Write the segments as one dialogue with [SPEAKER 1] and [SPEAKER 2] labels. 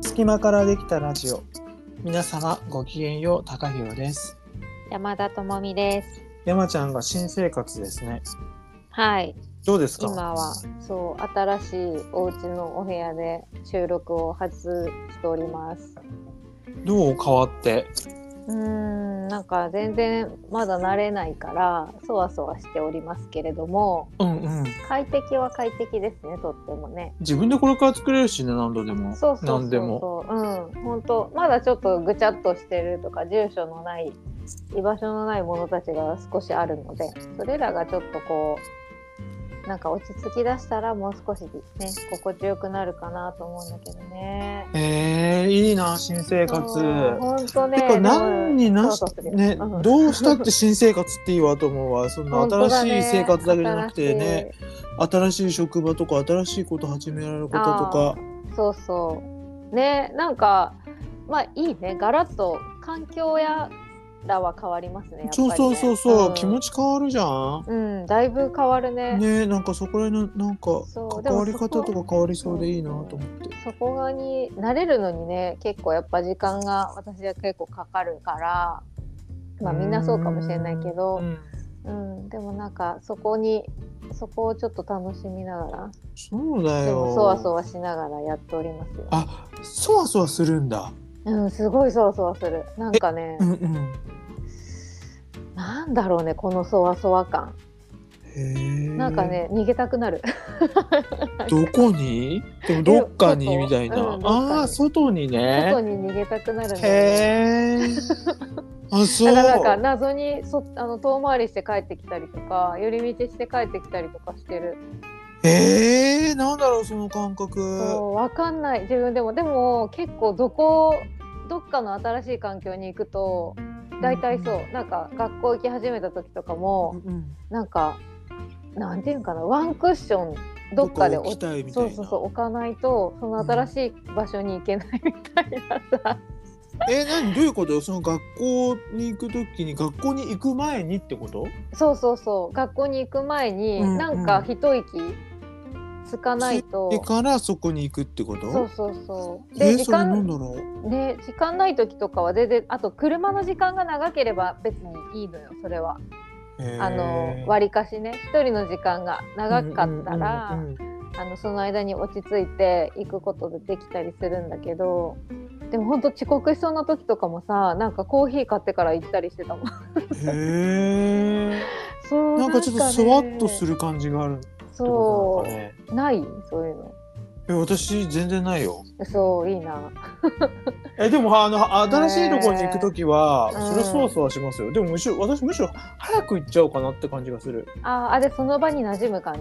[SPEAKER 1] 隙間からできたラジオ皆様ごきげんよう高弘です
[SPEAKER 2] 山田智美です。
[SPEAKER 1] 山ちゃんが新生活ですね
[SPEAKER 2] はい、
[SPEAKER 1] どうですか
[SPEAKER 2] 今はそう新しいお家のお部屋で収録を外しております。
[SPEAKER 1] どう変わって
[SPEAKER 2] うーん、なんか全然まだ慣れないからそわそわしておりますけれども、
[SPEAKER 1] うんうん
[SPEAKER 2] 快適は快適ですね、とってもね。
[SPEAKER 1] 自分でこれから作れるしね何度でも
[SPEAKER 2] そうそうそうそう
[SPEAKER 1] 何でも
[SPEAKER 2] うん、本当まだちょっとぐちゃっとしてるとか住所のない居場所のないものたちが少しあるのでそれらがちょっとこうなんか落ち着きだしたらもう少しね心地よくなるかなと思うんだけどね。
[SPEAKER 1] えー、いいな新生活
[SPEAKER 2] 本当ね。
[SPEAKER 1] てか何になし
[SPEAKER 2] そうそうそう
[SPEAKER 1] ね
[SPEAKER 2] うん
[SPEAKER 1] どうしたって新生活っていいわと思うわそんな
[SPEAKER 2] 本当だ
[SPEAKER 1] 新
[SPEAKER 2] ね
[SPEAKER 1] しい生活だけじゃなくてね新
[SPEAKER 2] 新し
[SPEAKER 1] しい職場とか新しいこと始められることとか
[SPEAKER 2] いそうそうねなんかまあいいねガラッと環境やらは変わりますねやっぱり
[SPEAKER 1] そう
[SPEAKER 2] ね
[SPEAKER 1] そうそうそう、
[SPEAKER 2] ん
[SPEAKER 1] 気持ち変わるじゃん
[SPEAKER 2] うん、だいぶ変わるね。
[SPEAKER 1] ねなんかそこら辺のなんか
[SPEAKER 2] そうで
[SPEAKER 1] 関
[SPEAKER 2] も
[SPEAKER 1] わり方と
[SPEAKER 2] そ
[SPEAKER 1] か変わりそうでいいなと思って
[SPEAKER 2] そこがに慣れるのにね結構やっぱ時間が私は結構かかるからまあみんなそうかもしれないけど
[SPEAKER 1] う、ん
[SPEAKER 2] うんでもなんかそこにそこをちょっと楽しみながら
[SPEAKER 1] そうだ
[SPEAKER 2] でも
[SPEAKER 1] よ
[SPEAKER 2] そわそわしながらやっておりますよ。
[SPEAKER 1] あそわそわするんだ
[SPEAKER 2] うんすごいそわそわするなんかね
[SPEAKER 1] うんうん
[SPEAKER 2] なんだろうねこのそわそわ感
[SPEAKER 1] へえ
[SPEAKER 2] なんかね逃げたくなる
[SPEAKER 1] どこにでもどっかに
[SPEAKER 2] 外
[SPEAKER 1] みたいな、
[SPEAKER 2] うんどっかに
[SPEAKER 1] ああ外にね
[SPEAKER 2] 外に逃げたくなるんだよね
[SPEAKER 1] へえあそう
[SPEAKER 2] だからなんか謎にそあの遠回りして帰ってきたりとか寄り道して帰ってきたりとかしてる
[SPEAKER 1] えー、なんだろうその感覚
[SPEAKER 2] そうわかんない自分でもでも結構どこどっかの新しい環境に行くと大体そう、なんか学校行き始めた時とか
[SPEAKER 1] う
[SPEAKER 2] も、
[SPEAKER 1] んうん
[SPEAKER 2] なんかなんていうんかなワンクッションどっかで
[SPEAKER 1] どこ置きたいみたい
[SPEAKER 2] そう
[SPEAKER 1] な
[SPEAKER 2] そうそう置かないとその新しい場所に行けないみたいなさ、
[SPEAKER 1] えー、何どういうことその学校に行くときに学校に行く前にってこと
[SPEAKER 2] そうそうそう学校に行く前に、
[SPEAKER 1] うんうん
[SPEAKER 2] なんか一息つかないと
[SPEAKER 1] でからそこに行くってこと
[SPEAKER 2] そうそうそう。
[SPEAKER 1] え
[SPEAKER 2] で
[SPEAKER 1] ー、
[SPEAKER 2] 時
[SPEAKER 1] それなん
[SPEAKER 2] 間
[SPEAKER 1] だろう
[SPEAKER 2] ね時間ない時とかは全然あと車の時間が長ければ別にいいのよそれは。あの割りかしね一人の時間が長かったら、
[SPEAKER 1] うんうんうん
[SPEAKER 2] あのその間に落ち着いて行くことができたりするんだけど。でも本当遅刻しそうな時とかもさなんかコーヒー買ってから行ったりしてたもん
[SPEAKER 1] うんへえ
[SPEAKER 2] そう
[SPEAKER 1] なんかちょっとそわっとす
[SPEAKER 2] る
[SPEAKER 1] る感じがあるってことなの
[SPEAKER 2] そ
[SPEAKER 1] かね
[SPEAKER 2] うないそういうの
[SPEAKER 1] え私全然ないよ
[SPEAKER 2] そういいな
[SPEAKER 1] えでもあの新しいところに行くときは、
[SPEAKER 2] うん
[SPEAKER 1] それそわそわしますよでもむしろ私むしろ早く行っちゃおうかなって感じがする
[SPEAKER 2] ああでその場に馴染む感じ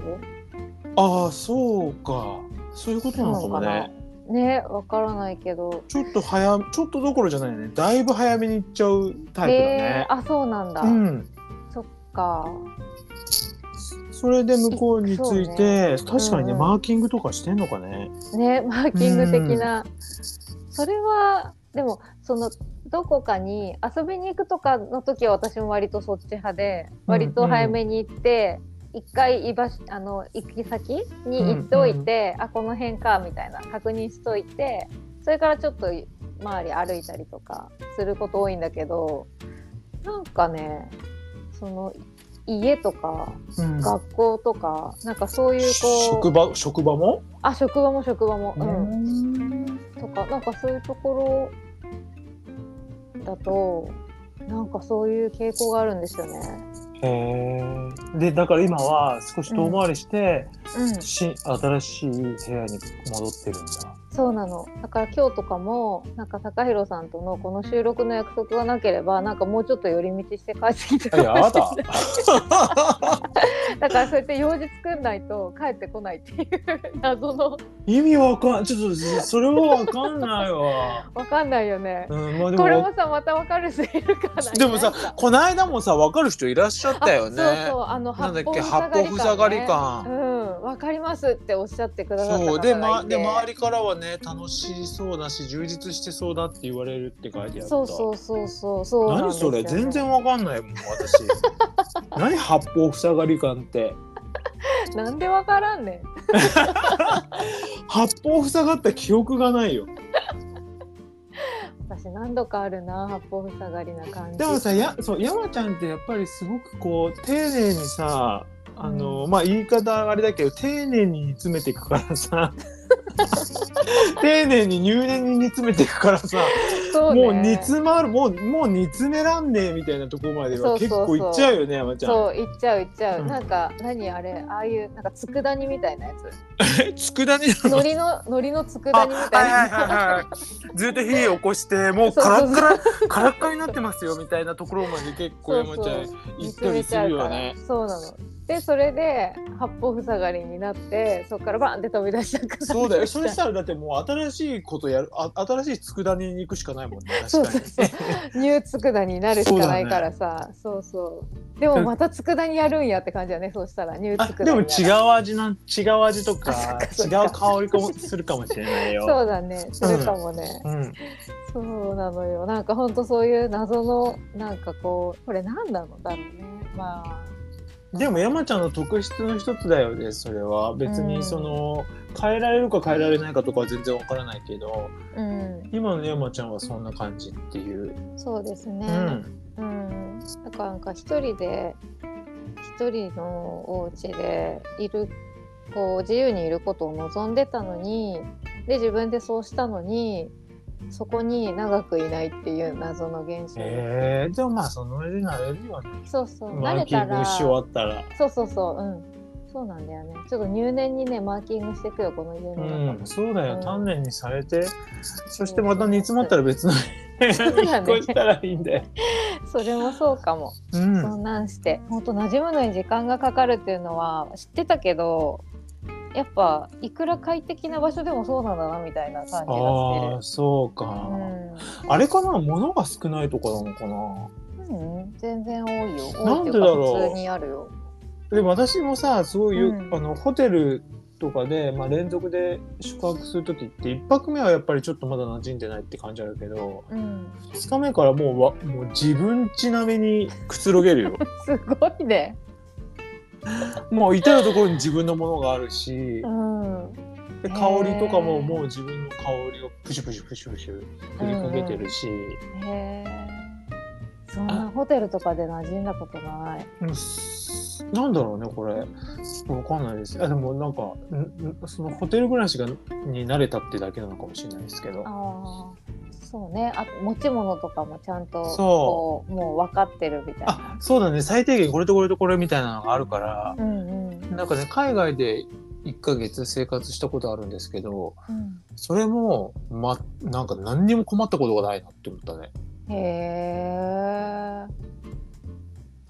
[SPEAKER 1] ああそうかそういうことなのかも
[SPEAKER 2] そうなの
[SPEAKER 1] ね
[SPEAKER 2] かねわからないけど
[SPEAKER 1] ちょっと早ちょっとどころじゃないねだいぶ早めに行っちゃうタイプだね
[SPEAKER 2] え、ーあそうなんだ、
[SPEAKER 1] うん
[SPEAKER 2] そっか
[SPEAKER 1] それで向こうについ
[SPEAKER 2] そう
[SPEAKER 1] て、
[SPEAKER 2] ね
[SPEAKER 1] 確かにね、
[SPEAKER 2] うんうん
[SPEAKER 1] マーキングとかしてんのかね
[SPEAKER 2] ねマーキング的な、それはでもそのどこかに遊びに行くとかの時は私も割とそっち派で割と早めに行って、一回居場所あの行き先に行っておいて、あこの辺かみたいな確認しといてそれからちょっと周り歩いたりとかすること多いんだけどなんかねその家とか
[SPEAKER 1] うん
[SPEAKER 2] 学校とかなんかそういうこう
[SPEAKER 1] 職場職場も、
[SPEAKER 2] あ職場も職場も、うん、
[SPEAKER 1] うん
[SPEAKER 2] とかなんかそういうところだとなんかそういう傾向があるんですよね。
[SPEAKER 1] へえでだから今は少し遠回りして、
[SPEAKER 2] うん、
[SPEAKER 1] し新しい部屋に戻ってるんだ
[SPEAKER 2] そうなのだから今日とかもなんか高弘さんとのこの収録の約束がなければなんかもうちょっと寄り道して帰ってきてた
[SPEAKER 1] いやあな
[SPEAKER 2] か
[SPEAKER 1] た
[SPEAKER 2] もしれない だからそうやって用事作んないと帰ってこないっていう謎の
[SPEAKER 1] 意味わかんちょっとそれはわかんないわ。
[SPEAKER 2] わかんないよね。
[SPEAKER 1] うん、まあで
[SPEAKER 2] これ
[SPEAKER 1] も
[SPEAKER 2] もさまたわかる人いるかな
[SPEAKER 1] でもさ
[SPEAKER 2] いないか
[SPEAKER 1] こないだもさわかる人いらっしゃったよね。
[SPEAKER 2] あそうそうあの
[SPEAKER 1] なんだ
[SPEAKER 2] 八
[SPEAKER 1] っけ
[SPEAKER 2] 方
[SPEAKER 1] 八方塞がり
[SPEAKER 2] ね
[SPEAKER 1] 感
[SPEAKER 2] うん、わかりますっておっしゃってくださった方がい
[SPEAKER 1] そう
[SPEAKER 2] て
[SPEAKER 1] で,、ま、で周りからはね楽しそうだし充実してそうだって言われるって書いてあった。
[SPEAKER 2] そうそうそうそうそうなん
[SPEAKER 1] 何
[SPEAKER 2] ですよ
[SPEAKER 1] それ全然わかんないもん私。 何八方塞がり感って
[SPEAKER 2] なんでわからんねん
[SPEAKER 1] 八方塞がった記憶がないよ。
[SPEAKER 2] 私何度かあるな八方塞がりな感じ
[SPEAKER 1] だからさやそう山ちゃんってやっぱりすごくこう丁寧にさあの、まあ言い方あれだけど丁寧に煮詰めていくからさ 丁寧に入念に煮詰めていくからさ
[SPEAKER 2] そう、ね、
[SPEAKER 1] もう煮詰まるもうもう煮詰めらんねえみたいなところまでは
[SPEAKER 2] そうそう
[SPEAKER 1] 結
[SPEAKER 2] そう
[SPEAKER 1] 構いっちゃうよね山ちゃん。
[SPEAKER 2] そういっちゃういっちゃう、
[SPEAKER 1] うん
[SPEAKER 2] なんか何あれああいうなんか佃煮みたいなやつ
[SPEAKER 1] 佃煮なの
[SPEAKER 2] 海苔の海苔の佃煮みたいな
[SPEAKER 1] はい。ずっと火起こしても
[SPEAKER 2] そうそうそ
[SPEAKER 1] ラ
[SPEAKER 2] う
[SPEAKER 1] カラッカラになってますよみたいなところまで結
[SPEAKER 2] そうそう見つめちゃうから、。そうなのでそれで八方塞がりになってそこからバンって飛び出したから
[SPEAKER 1] そうだよ。それしたらだってもう新しいことやる、あ新しい佃煮に行くしかないもんね。確か
[SPEAKER 2] そう
[SPEAKER 1] に
[SPEAKER 2] そうそうニュー佃煮になるしかないからさそう,、そうでもまた佃煮やるんやって感じだねそうしたらニュー
[SPEAKER 1] あ
[SPEAKER 2] 佃煮
[SPEAKER 1] でも
[SPEAKER 2] う
[SPEAKER 1] 違う味なん違う味と
[SPEAKER 2] あそっ
[SPEAKER 1] か
[SPEAKER 2] か
[SPEAKER 1] 違
[SPEAKER 2] そっ
[SPEAKER 1] う
[SPEAKER 2] か
[SPEAKER 1] 香りかもするかもしれないよ。
[SPEAKER 2] そうだねするかもね、
[SPEAKER 1] うん、
[SPEAKER 2] そうなのよなんかほんとそういう謎のなんかこうこれ何なのだろうねまあ
[SPEAKER 1] でも山ちゃんの特質の一つだよねそれは別
[SPEAKER 2] う
[SPEAKER 1] に
[SPEAKER 2] ん
[SPEAKER 1] その、変えられるか変えられないかとかは全然わからないけど
[SPEAKER 2] うん
[SPEAKER 1] 今の山ちゃんはそんな感じっていう。
[SPEAKER 2] そうです
[SPEAKER 1] う
[SPEAKER 2] ね、
[SPEAKER 1] ん、
[SPEAKER 2] うん、なんかなんか一人で一人のお家でいるこう自由にいることを望んでたのにで自分でそうしたのにそこに長くいないっていう謎の現象、
[SPEAKER 1] えー、でもまあその上でなれるよね。
[SPEAKER 2] そうそう
[SPEAKER 1] マ
[SPEAKER 2] 慣
[SPEAKER 1] ー
[SPEAKER 2] れ
[SPEAKER 1] キ
[SPEAKER 2] た
[SPEAKER 1] ング
[SPEAKER 2] ら
[SPEAKER 1] し終わったら。
[SPEAKER 2] そうそうそううんそうなんだよねちょっと入念にねマーキングしていくよこの入念だ
[SPEAKER 1] うん、そうだよ、
[SPEAKER 2] うん
[SPEAKER 1] 丹念にされてそしてまた煮詰まったら別の部屋
[SPEAKER 2] そう
[SPEAKER 1] に
[SPEAKER 2] だ
[SPEAKER 1] 引っ
[SPEAKER 2] ね
[SPEAKER 1] 越したらいいんだよ。
[SPEAKER 2] とそれもそうかも
[SPEAKER 1] うん
[SPEAKER 2] そんなんして本当馴染むのに時間がかかるっていうのは知ってたけどやっぱいくら快適な場所でもそうなんだなみたいな感じが
[SPEAKER 1] ああそうか、
[SPEAKER 2] して
[SPEAKER 1] あれかな物が少ないとかなのかな
[SPEAKER 2] る、うんうん、全然多いよ
[SPEAKER 1] な
[SPEAKER 2] 多い
[SPEAKER 1] ん
[SPEAKER 2] っ
[SPEAKER 1] で
[SPEAKER 2] て
[SPEAKER 1] だ
[SPEAKER 2] いうか
[SPEAKER 1] ろう
[SPEAKER 2] 普通にあるよ
[SPEAKER 1] で私もさすごいよ、
[SPEAKER 2] うん
[SPEAKER 1] あのホテルとかで、まあ、連続で宿泊する時って1泊目はやっぱりちょっとまだ馴染んでないって感じあるけど
[SPEAKER 2] うん、
[SPEAKER 1] 2日目からもうわもう自分ちなみにくつろげ るよ
[SPEAKER 2] すごいね
[SPEAKER 1] もう至る所に自分のものがあるし
[SPEAKER 2] うん
[SPEAKER 1] で香りとかももう自分の香りをプシュプシュプシュプシュ振りかけてるし、
[SPEAKER 2] へえそんなホテルとかで馴染んだことない
[SPEAKER 1] うんなんだろうねこれわかんないですあでもなんかんんそのホテル暮らしがに慣れたってだけなのかもしれないですけど
[SPEAKER 2] ああそうねあ持ち物とかもちゃんと
[SPEAKER 1] そ
[SPEAKER 2] こうもう分かってるみたいな
[SPEAKER 1] あそうだね最低限これとこれとこれみたいなのがあるから
[SPEAKER 2] うんうん
[SPEAKER 1] なんかね海外で1ヶ月生活したことあるんですけど
[SPEAKER 2] うん
[SPEAKER 1] それもまなんか何にも困ったことがないなって思ったね。なんだろ
[SPEAKER 2] へえ。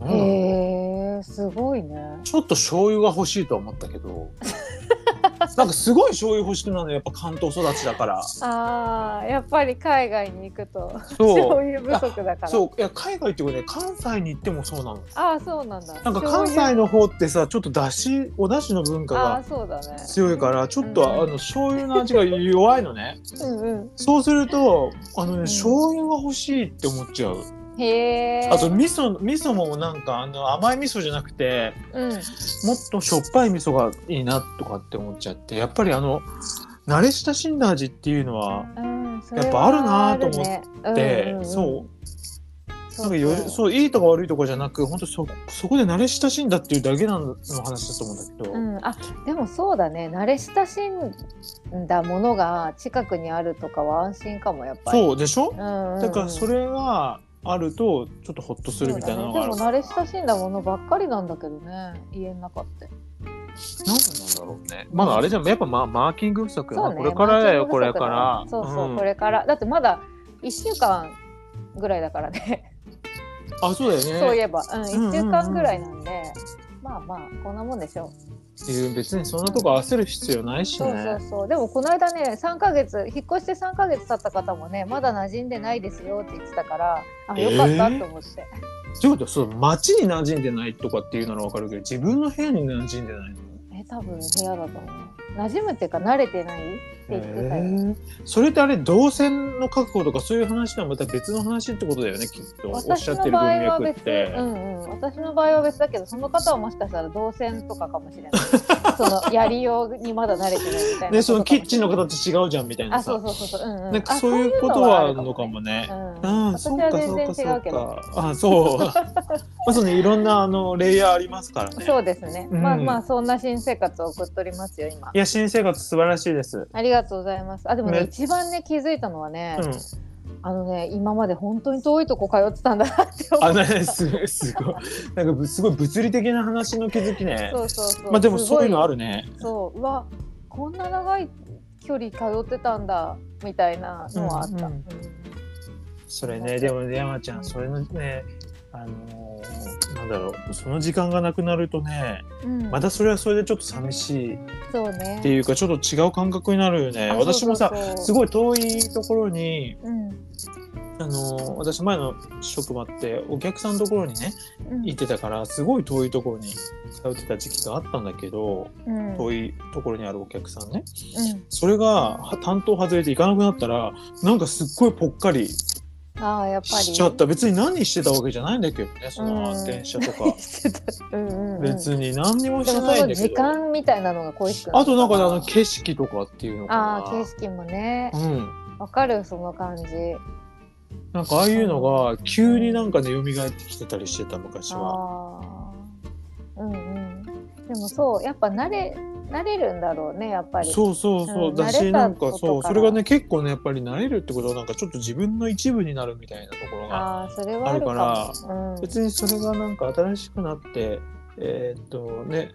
[SPEAKER 1] う
[SPEAKER 2] へえ、すごいね。
[SPEAKER 1] ちょっと醤油が欲しいとは思ったけ どなんかすごい醤油欲しくなるのやっぱ関東育ちだから
[SPEAKER 2] ああ、やっぱり海外に行くと
[SPEAKER 1] そ
[SPEAKER 2] 醤
[SPEAKER 1] う
[SPEAKER 2] 油不足だから。
[SPEAKER 1] そういや海外っていうかね関西に行ってもそうなの
[SPEAKER 2] ああ、そうなんだ。
[SPEAKER 1] なんか関
[SPEAKER 2] 醤
[SPEAKER 1] 西の方ってさちょっとだしおだしの文化
[SPEAKER 2] 油ああ、
[SPEAKER 1] が
[SPEAKER 2] そうだね。
[SPEAKER 1] 強いからちょっ
[SPEAKER 2] う
[SPEAKER 1] と
[SPEAKER 2] ん
[SPEAKER 1] あの醤油の味が弱いのね
[SPEAKER 2] うん
[SPEAKER 1] そうするとあの
[SPEAKER 2] う
[SPEAKER 1] ね
[SPEAKER 2] ん
[SPEAKER 1] 醤油が欲しいって思っちゃう
[SPEAKER 2] うん。へえ。
[SPEAKER 1] あと味噌味噌もなんかあの甘い味噌じゃなくて
[SPEAKER 2] うん。
[SPEAKER 1] もっとしょっぱい味噌がいいなとかって思っちゃってやっぱりあの慣れ親しんだ味っていうのは
[SPEAKER 2] うん、そ
[SPEAKER 1] やっぱあるなーと思って
[SPEAKER 2] れはあるね
[SPEAKER 1] で、
[SPEAKER 2] うんうんうん
[SPEAKER 1] そう
[SPEAKER 2] そ
[SPEAKER 1] なんかよそういいとか悪いとかじゃなく本当そそこで慣れ親しんだっていうだけなの話だと思うんだけど、
[SPEAKER 2] うん、あでもそうだね慣れ親しんだものが近くにあるとかは安心かもやっぱり
[SPEAKER 1] そうでしょ
[SPEAKER 2] う、んうんうん、
[SPEAKER 1] だからそれがあるとちょっとホッとするみたいなのがある
[SPEAKER 2] そうだねでも慣れ親しんだものばっかりなんだけどね家の中って
[SPEAKER 1] なんでなんだろうねまだあれじゃんやっぱ、ま、マーキング不足
[SPEAKER 2] そ
[SPEAKER 1] よ、
[SPEAKER 2] うね
[SPEAKER 1] これからだよ
[SPEAKER 2] マー
[SPEAKER 1] こ
[SPEAKER 2] キン
[SPEAKER 1] れ
[SPEAKER 2] グ不足だ
[SPEAKER 1] から
[SPEAKER 2] そうそう、
[SPEAKER 1] うん
[SPEAKER 2] これからだってまだ1週間ぐらいだからね
[SPEAKER 1] あそうだよね
[SPEAKER 2] そういえば、うん、
[SPEAKER 1] うんうん
[SPEAKER 2] 1週間ぐらいなんで、まあまあこんなもんでしょう、
[SPEAKER 1] っていう別にそんなとこ焦る必要ないしね
[SPEAKER 2] そうそうそうでもこの間ね3ヶ月引っ越して3ヶ月経った方もねまだ馴染んでないですよって言ってたからあよかったと思って、
[SPEAKER 1] ってことはそう街に馴染んでないとかっていうならわかるけど自分の部屋に馴染んでないの
[SPEAKER 2] ええ多分部屋だと思う馴染むっていうか慣れてないって言ってたよ、
[SPEAKER 1] へえそれってあれ動線の確保とかそういう話とはまた別の話ってことだよねきっとおっ
[SPEAKER 2] 私
[SPEAKER 1] しゃ
[SPEAKER 2] の
[SPEAKER 1] ってる
[SPEAKER 2] 場合
[SPEAKER 1] 文
[SPEAKER 2] は
[SPEAKER 1] 脈っ
[SPEAKER 2] 別、
[SPEAKER 1] て。
[SPEAKER 2] うんうん、私の場合は別だけどその方はもしかしたら動線とかかもしれない そのやりようにまだ慣れてないみたいな
[SPEAKER 1] ね、そのキッチンの
[SPEAKER 2] ことかも
[SPEAKER 1] 形違うじゃんみたいな
[SPEAKER 2] あそう
[SPEAKER 1] さ
[SPEAKER 2] そうそうそう、うんうん、
[SPEAKER 1] なんか
[SPEAKER 2] あ
[SPEAKER 1] そういうことはあるのかも
[SPEAKER 2] あ
[SPEAKER 1] ね
[SPEAKER 2] る。ね、う
[SPEAKER 1] あ
[SPEAKER 2] ん、
[SPEAKER 1] あ
[SPEAKER 2] 私
[SPEAKER 1] そう
[SPEAKER 2] は
[SPEAKER 1] か
[SPEAKER 2] 全
[SPEAKER 1] そうか
[SPEAKER 2] 然
[SPEAKER 1] そ
[SPEAKER 2] 違
[SPEAKER 1] う
[SPEAKER 2] うけど
[SPEAKER 1] かあそう まあそのいろんなあのレイヤーありますからね
[SPEAKER 2] そうですね、
[SPEAKER 1] うん
[SPEAKER 2] まあまあそんな新生活を送っておりますよ今
[SPEAKER 1] いや新生活素晴らしいです
[SPEAKER 2] ありがとうございますあでもね
[SPEAKER 1] ね
[SPEAKER 2] 一番ね気づいたのはね、
[SPEAKER 1] うん
[SPEAKER 2] あのね今まで本当に遠いとこ通ってたんだなって思
[SPEAKER 1] あ
[SPEAKER 2] う
[SPEAKER 1] ねすごいすごいなんかぶすごい物理的な話の気づきね
[SPEAKER 2] そうそうそう
[SPEAKER 1] まあでもそういうのあ
[SPEAKER 2] る
[SPEAKER 1] るね
[SPEAKER 2] そううわこんな長い距離通ってたんだみたいなのはあった、
[SPEAKER 1] うんうん
[SPEAKER 2] うん
[SPEAKER 1] それねでもね山ちゃんそれのねあのーなんだろうその時間がなくなるとね
[SPEAKER 2] うん
[SPEAKER 1] またそれはそれでちょっと寂しいっ
[SPEAKER 2] そうね
[SPEAKER 1] ていうかちょっと違う感覚になるよね
[SPEAKER 2] あ
[SPEAKER 1] 私もさ
[SPEAKER 2] そうそうそう
[SPEAKER 1] すごい遠いところに
[SPEAKER 2] うん
[SPEAKER 1] あのー私前の職場ってお客さんのところにね
[SPEAKER 2] うん
[SPEAKER 1] 行ってたからすごい遠いところに通ってた時期があったんだけど
[SPEAKER 2] うん
[SPEAKER 1] 遠いところにあるお客さんね
[SPEAKER 2] うん
[SPEAKER 1] それがは担当外れて行かなくなったらなんかすっごいぽっかりし
[SPEAKER 2] ああやっぱり
[SPEAKER 1] ちゃった別に何してたわけじゃないんだけどねそ
[SPEAKER 2] うん
[SPEAKER 1] の電車とか
[SPEAKER 2] うんうんうん
[SPEAKER 1] 別に何にもし
[SPEAKER 2] で
[SPEAKER 1] て
[SPEAKER 2] も
[SPEAKER 1] ない
[SPEAKER 2] そ
[SPEAKER 1] んだ
[SPEAKER 2] の時
[SPEAKER 1] けど
[SPEAKER 2] 間みたいなのが恋しく
[SPEAKER 1] あとなんかねあの
[SPEAKER 2] あ
[SPEAKER 1] 景色とかっていうのかな
[SPEAKER 2] あー景色もね
[SPEAKER 1] うん
[SPEAKER 2] わかるその感じ
[SPEAKER 1] なんかああいうのが急になんかね蘇ってきてたりしてた昔は。
[SPEAKER 2] ああーうんうんでもそうやっぱ慣れ慣れるんだろうねやっぱり
[SPEAKER 1] そうそうそう、
[SPEAKER 2] うん
[SPEAKER 1] だ
[SPEAKER 2] 慣
[SPEAKER 1] し
[SPEAKER 2] れた
[SPEAKER 1] なんか
[SPEAKER 2] こと
[SPEAKER 1] そう
[SPEAKER 2] か
[SPEAKER 1] そ
[SPEAKER 2] ら
[SPEAKER 1] れがね結構ねやっぱり慣れるってことはなんかちょっと自分の一部になるみたいなところが
[SPEAKER 2] ああそれはあるかも
[SPEAKER 1] ある
[SPEAKER 2] うん、
[SPEAKER 1] 別にそれがなんか新しくなってえーっとね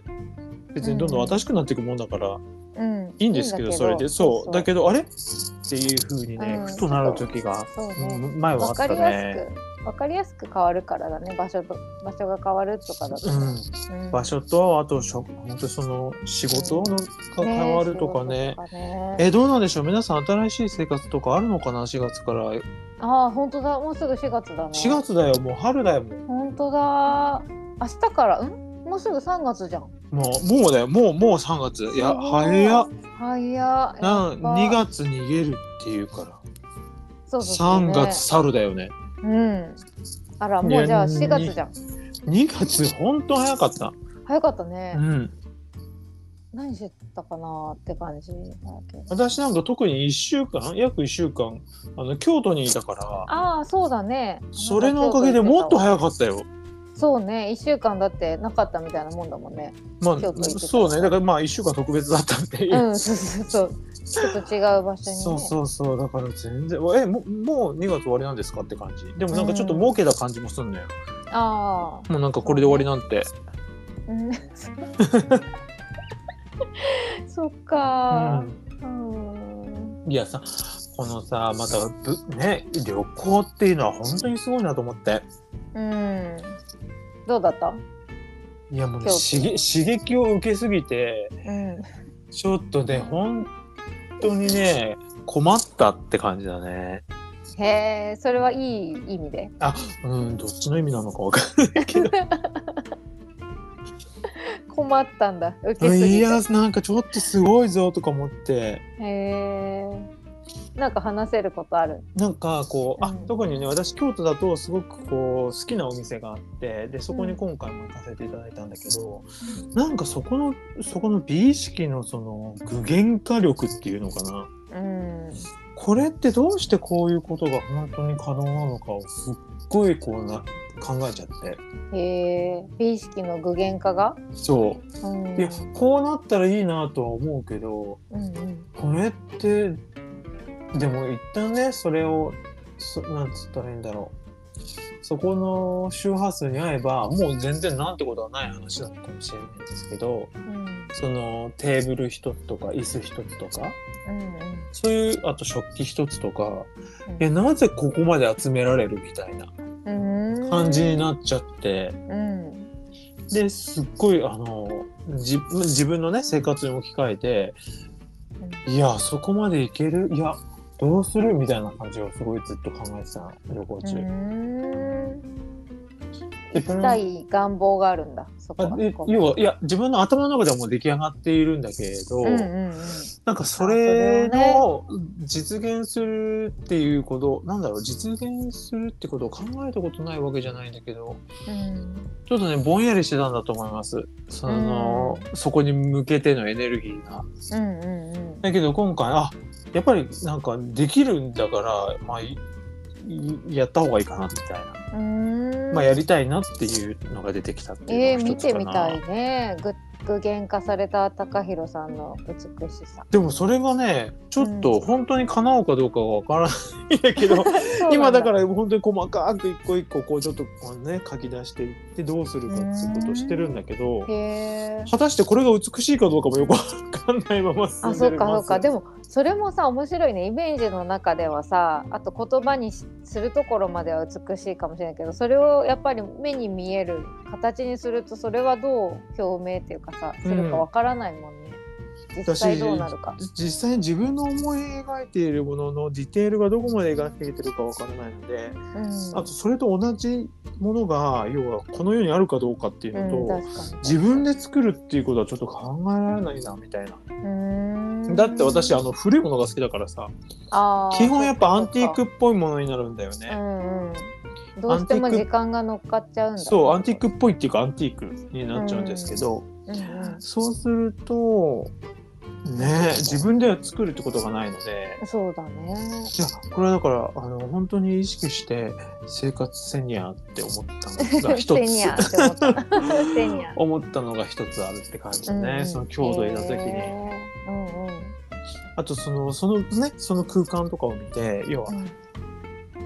[SPEAKER 1] 別にどんどん新しくなっていくもんだから、
[SPEAKER 2] うん、
[SPEAKER 1] いいんですけど
[SPEAKER 2] いいんだ
[SPEAKER 1] それでそうだ
[SPEAKER 2] ど
[SPEAKER 1] けどあれっていうふうにね、
[SPEAKER 2] うん
[SPEAKER 1] ふとなる時が、
[SPEAKER 2] そうね
[SPEAKER 1] うん前はあ
[SPEAKER 2] わ
[SPEAKER 1] った
[SPEAKER 2] かりや
[SPEAKER 1] ね。
[SPEAKER 2] すくわかりやすく変わるからだね場所と場所が変わるとかだと、
[SPEAKER 1] う
[SPEAKER 2] うん
[SPEAKER 1] ん、場所とあとしょ本当その仕事のが変わるとかね
[SPEAKER 2] そうとかね
[SPEAKER 1] えどうなんでしょう皆さん新しい生活とかあるのかな4月から4
[SPEAKER 2] ああ本当だもうすぐ4月だね
[SPEAKER 1] 月だよもう春だよもう
[SPEAKER 2] 本当だ明日からんもうすぐ3月じゃん
[SPEAKER 1] もうもうだよもうもう3月いや
[SPEAKER 2] すごい
[SPEAKER 1] 早っ
[SPEAKER 2] はいや
[SPEAKER 1] な2月
[SPEAKER 2] 月
[SPEAKER 1] 逃げるっていうから
[SPEAKER 2] そうそうそう
[SPEAKER 1] 3
[SPEAKER 2] ね
[SPEAKER 1] 月猿だよね
[SPEAKER 2] うんあらもうじゃあ4月じゃん
[SPEAKER 1] 2月ほんと早かった
[SPEAKER 2] 早かったね、
[SPEAKER 1] うん
[SPEAKER 2] 何してたかなって感じだけど
[SPEAKER 1] 私なんか特に1週間約1週間あの京都にいたから
[SPEAKER 2] ああそうだね
[SPEAKER 1] それのおかげでもっと早かったよ
[SPEAKER 2] そうね1週間だってなかったみたいなもんだもんね
[SPEAKER 1] ま
[SPEAKER 2] 京都行って
[SPEAKER 1] あ
[SPEAKER 2] た
[SPEAKER 1] そうねだからまあ1週間特別だったっていうう、
[SPEAKER 2] んそうそうそうちょっと違う場所にね
[SPEAKER 1] そうそうそうだから全然えももう2月終わりなんですかって感じでもなんかちょっと儲けた感じもすんだよ、
[SPEAKER 2] ああ
[SPEAKER 1] もうなんかこれで終わりなんて
[SPEAKER 2] うん そっかうん、
[SPEAKER 1] うん、いやさこのさまたぶね旅行っていうのは本当にすごいなと思って
[SPEAKER 2] うん、どうだった
[SPEAKER 1] いやもうね
[SPEAKER 2] 京都
[SPEAKER 1] 刺激刺激を受けすぎて
[SPEAKER 2] うん
[SPEAKER 1] ちょっとね本当にね困ったって感じだね
[SPEAKER 2] へえそれはいい意味で
[SPEAKER 1] うんどっちの意味なのかわかん
[SPEAKER 2] 困ったんだ受け
[SPEAKER 1] な
[SPEAKER 2] すぎ
[SPEAKER 1] い
[SPEAKER 2] て
[SPEAKER 1] いやなんかちょっとすごいぞとか思って
[SPEAKER 2] へえなんか話せることある
[SPEAKER 1] なんかこう、
[SPEAKER 2] う
[SPEAKER 1] あ
[SPEAKER 2] ん
[SPEAKER 1] 特にね私京都だとすごくこう好きなお店があってでそこに今回も行かせていただいたんだけど、なんかそこのそこの美意識のその具現化力っていうのかな
[SPEAKER 2] うん
[SPEAKER 1] これってどうしてこういうことが本当に可能なのかをすっごいこうな考えちゃって
[SPEAKER 2] へえ美意識の具現化が
[SPEAKER 1] そううんいやこうなったらいいなとは思うけど
[SPEAKER 2] うんうん
[SPEAKER 1] これってでも一旦ねそれをそなんつったらいいんだろうそこの周波数に合えばもう全然なんてことはない話なのかもしれないんですけど
[SPEAKER 2] うん
[SPEAKER 1] そのテーブル一つとか椅子一つとか
[SPEAKER 2] うん
[SPEAKER 1] そういうあと食器一つとか
[SPEAKER 2] うん
[SPEAKER 1] いやなぜここまで集められるみたいな
[SPEAKER 2] うん
[SPEAKER 1] 感じになっちゃって
[SPEAKER 2] うん
[SPEAKER 1] ですっごいあの自自分のね生活に置き換えていや、あそこまでいけるいや、どうするみたいな感じをすごいずっと考えてたの、旅行
[SPEAKER 2] う
[SPEAKER 1] 中。
[SPEAKER 2] ん行きたい願望があるんだ、そこ
[SPEAKER 1] あ
[SPEAKER 2] は
[SPEAKER 1] で要はいや自分の頭の中ではもう出来上がっているんだけれど、
[SPEAKER 2] うんうんうん、
[SPEAKER 1] なんかそれ
[SPEAKER 2] あそれ
[SPEAKER 1] の実現するっていうことなんだろう実現するってことを考えたことないわけじゃないんだけど
[SPEAKER 2] うん
[SPEAKER 1] ちょっとねぼんやりしてたんだと思いますその、そこに向けてのエネルギーが。
[SPEAKER 2] うんうんうん
[SPEAKER 1] だけど今回あやっぱりなんかできるんだから、まあ、いいやった方がいいかなみたいな、
[SPEAKER 2] うーん
[SPEAKER 1] まあ、やりたいなっていうのが出てきたって
[SPEAKER 2] え
[SPEAKER 1] い
[SPEAKER 2] ー
[SPEAKER 1] うのが一
[SPEAKER 2] 見
[SPEAKER 1] つか
[SPEAKER 2] て
[SPEAKER 1] な、
[SPEAKER 2] みたいね具具現化された高弘さんの美しさ
[SPEAKER 1] でもそれがねちょっと本当に叶うかどうかはわからないんだ けど、今だからら本当に細かく一個一個こうちょっとこうね書き出していってどうするかっていうことをしてるんだけど
[SPEAKER 2] へえ
[SPEAKER 1] 果たしてこれが美しいかどうかもよくわかんないまま進
[SPEAKER 2] あ
[SPEAKER 1] んで
[SPEAKER 2] そう
[SPEAKER 1] る
[SPEAKER 2] かそうかで
[SPEAKER 1] も
[SPEAKER 2] もそれもさ面白いねイメージの中ではさあと言葉にしするところまでは美しいかもしれないけどそれをやっぱり目に見える形にするとそれはどう表明っていうかさするかわからないもんね、実際どうなるか。
[SPEAKER 1] 実際に自分の思い描いているもののディテールがどこまで描けてるかわからないので
[SPEAKER 2] うん
[SPEAKER 1] あとそれと同じものが要はこの世にあるかどうかっていうのと、
[SPEAKER 2] うん、確かに
[SPEAKER 1] 自分で作るっていうことはちょっと考えられないなみたいな。
[SPEAKER 2] うーん
[SPEAKER 1] だって私あの古いものが好きだからさ
[SPEAKER 2] あー
[SPEAKER 1] 基本やっぱアンティーク
[SPEAKER 2] そ
[SPEAKER 1] っ
[SPEAKER 2] っか
[SPEAKER 1] ぽいものになるんだよ
[SPEAKER 2] そっかう
[SPEAKER 1] ね。
[SPEAKER 2] んうんどうしても
[SPEAKER 1] アンティー
[SPEAKER 2] 時
[SPEAKER 1] ク
[SPEAKER 2] 間が乗っかっちゃうんだね
[SPEAKER 1] そうアンティークっぽいっていうかアンティークになっちゃうんですけど、
[SPEAKER 2] うんうん
[SPEAKER 1] そうするとね自分では作るってことがないので。
[SPEAKER 2] そうだ ね
[SPEAKER 1] いやこれはだからあの本当に意識して生活せにゃって思ったのが一
[SPEAKER 2] セニア
[SPEAKER 1] つ
[SPEAKER 2] って思った。セニア。
[SPEAKER 1] 思ったのが一つあるって感じだね、
[SPEAKER 2] うんうん
[SPEAKER 1] その郷土にいた時に、
[SPEAKER 2] へーうんうん
[SPEAKER 1] あとそのそのねその空間とかを見て要は
[SPEAKER 2] うん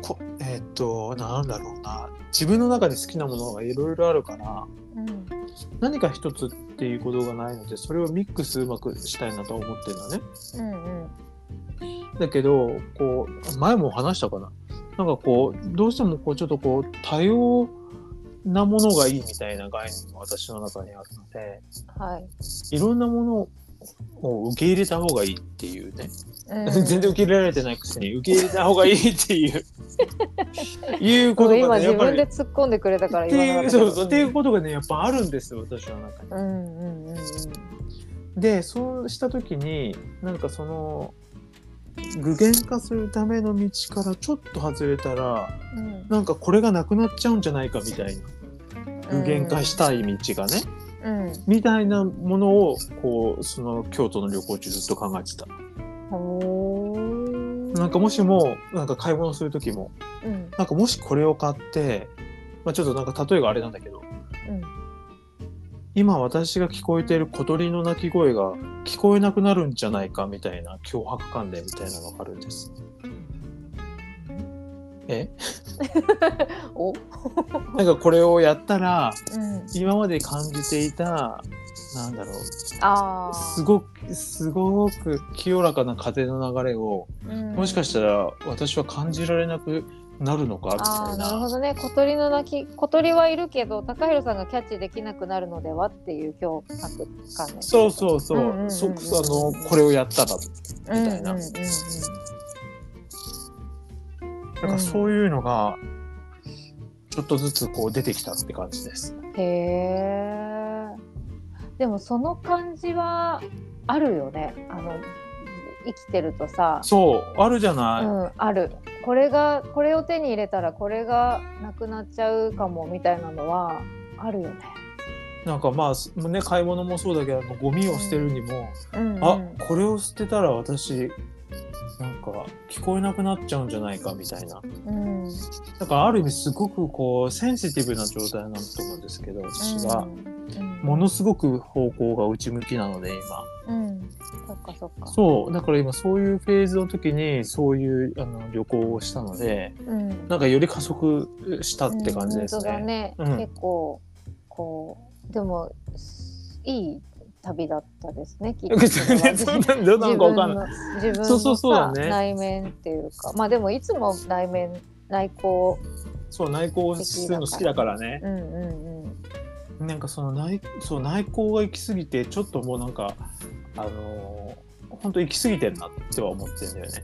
[SPEAKER 1] こえーっとなんだろうな自分の中で好きなものがいろいろあるから
[SPEAKER 2] うん
[SPEAKER 1] 何か一つっていうことがないのでそれをミックスうまくしたいなとは思ってるのね
[SPEAKER 2] うん
[SPEAKER 1] だけどこう前も話したかななんかこうどうしてもこうちょっとこう多様なものがいいみたいな概念が私の中にあるので
[SPEAKER 2] うんはい
[SPEAKER 1] いろんなものを受け入れた方がいいっていうね、
[SPEAKER 2] うん
[SPEAKER 1] 全然受け入れられてないくせに受け入れた方がいいっていう いうこと
[SPEAKER 2] 今
[SPEAKER 1] がねやっ
[SPEAKER 2] 自
[SPEAKER 1] ぱ
[SPEAKER 2] 分
[SPEAKER 1] り
[SPEAKER 2] で
[SPEAKER 1] っ
[SPEAKER 2] 突っ込んでくれたから
[SPEAKER 1] て
[SPEAKER 2] 言わな
[SPEAKER 1] いう
[SPEAKER 2] かったけ
[SPEAKER 1] そ
[SPEAKER 2] ど
[SPEAKER 1] うそうっていうことがねやっぱあるんですよ私の中に。
[SPEAKER 2] うんうんうんうん
[SPEAKER 1] でそうした時になんかその具現化するための道からちょっと外れたら
[SPEAKER 2] うん
[SPEAKER 1] なんかこれがなくなっちゃうんじゃないかみたいな具現化したい道がね、
[SPEAKER 2] うん
[SPEAKER 1] みたいなものをこうその京都の旅行中ずっと考えてた
[SPEAKER 2] ほー
[SPEAKER 1] なんかもしもなんか買い物する時も
[SPEAKER 2] うん
[SPEAKER 1] なんかもしこれを買って、まあ、ちょっとなんか例えがあれなんだけど
[SPEAKER 2] うん
[SPEAKER 1] 今私が聞こえている小鳥の鳴き声が聞こえなくなるんじゃないかみたいな脅迫観念みたいなのがあるんです。え
[SPEAKER 2] おう
[SPEAKER 1] なんかこれをやったら
[SPEAKER 2] ん
[SPEAKER 1] 今まで感じていたなんだろう
[SPEAKER 2] ああ
[SPEAKER 1] すごくすごく清らかな風の流れをもしかしたら私は感じられなくなるのかみ
[SPEAKER 2] あ
[SPEAKER 1] た
[SPEAKER 2] あ
[SPEAKER 1] い
[SPEAKER 2] なるほ
[SPEAKER 1] な
[SPEAKER 2] どね小鳥の鳴き小鳥はいるけど高弘さんがキャッチできなくなるのではっていう今日書く感ね
[SPEAKER 1] そうそうそう,、
[SPEAKER 2] うんうんうんうん
[SPEAKER 1] そそあのこれをやったら
[SPEAKER 2] み
[SPEAKER 1] たいな
[SPEAKER 2] うんうんうんうん、
[SPEAKER 1] なんかそういうのがちょっとずつこう出てきたって感じです。
[SPEAKER 2] へえ。でもその感じはあるよね。あの生きてるとさ、
[SPEAKER 1] そうあるじゃ
[SPEAKER 2] う
[SPEAKER 1] ない、
[SPEAKER 2] んある。これがこれを手に入れたらこれがなくなっちゃうかもみたいなのはあるよね。
[SPEAKER 1] なんかまあすね買い物もそうだけどあのゴミを捨てるにも、
[SPEAKER 2] うんうん、
[SPEAKER 1] あこれを捨てたら私なんか聞こえなくなっちゃうんじゃないかみたいな
[SPEAKER 2] うん、
[SPEAKER 1] だからある意味すごくこうセンシティブな状態なんだと思うんですけど私が、
[SPEAKER 2] うん
[SPEAKER 1] ものすごく方向が内向きなので今
[SPEAKER 2] うん、そっかそっか。
[SPEAKER 1] そうだから今そういうフェーズの時にそういうあの旅行をしたので
[SPEAKER 2] うん。
[SPEAKER 1] なんかより加速したって感じです
[SPEAKER 2] うん本当だ
[SPEAKER 1] ね。
[SPEAKER 2] ね、
[SPEAKER 1] うん
[SPEAKER 2] 結構こうでもすいい旅だったですね。きっと
[SPEAKER 1] そうなんだよなんかわかんない。
[SPEAKER 2] 自分の自分のさ
[SPEAKER 1] そうそうそうだね
[SPEAKER 2] 内面っていうかまあでもいつも内面内向
[SPEAKER 1] そう内向するの好きだからね。
[SPEAKER 2] うんうんうん
[SPEAKER 1] なんかその内そう内向が行き過ぎてちょっともうなんかあのー本当行き過ぎてるなっては思ってるんだよね。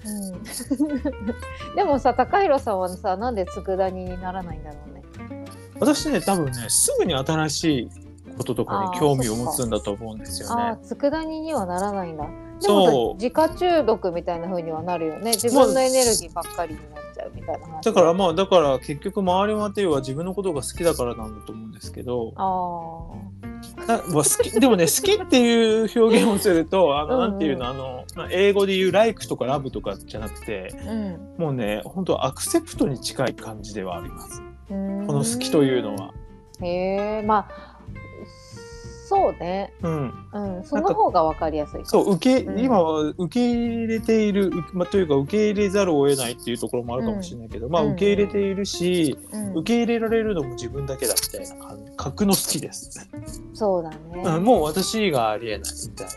[SPEAKER 2] うんでもさ高弘さんはさなんで佃煮にならないんだろうね
[SPEAKER 1] 私ね多分ねすぐに新しいこととか
[SPEAKER 2] あ
[SPEAKER 1] に
[SPEAKER 2] ー
[SPEAKER 1] 興味を持つんだと思うんですよ
[SPEAKER 2] ああ
[SPEAKER 1] ね。
[SPEAKER 2] 佃煮にはならないんだで
[SPEAKER 1] そ
[SPEAKER 2] も
[SPEAKER 1] う
[SPEAKER 2] 自家中毒みたいな風にはなるよね自分のエネルギーばっかりになっちゃうみたいな話
[SPEAKER 1] だからまあだから結局周りのては自分のことが好きだからなんだと思うんですけど
[SPEAKER 2] あー
[SPEAKER 1] なまあ好きで もね好きっていう表現をするとあの
[SPEAKER 2] うんうん
[SPEAKER 1] なんていうのあのまあ英語で言う「like」とか「love」とかじゃなくて
[SPEAKER 2] うん
[SPEAKER 1] もうね本当アクセプトに近い感じではあります
[SPEAKER 2] うーん
[SPEAKER 1] この好きというのは。
[SPEAKER 2] へえまあそうね
[SPEAKER 1] うん
[SPEAKER 2] うんその方がわかりやすいか
[SPEAKER 1] そう受け、
[SPEAKER 2] うん
[SPEAKER 1] 今は受け入れている、うまあ、というか受け入れざるを得ないっていうところもあるかもしれないけど、まあ
[SPEAKER 2] うん
[SPEAKER 1] 受け入れているし、
[SPEAKER 2] うん
[SPEAKER 1] 受け入れられるのも自分だけだみたいな感覚の好きです、
[SPEAKER 2] そうだ
[SPEAKER 1] うん、
[SPEAKER 2] ね
[SPEAKER 1] もう私がありえないみたい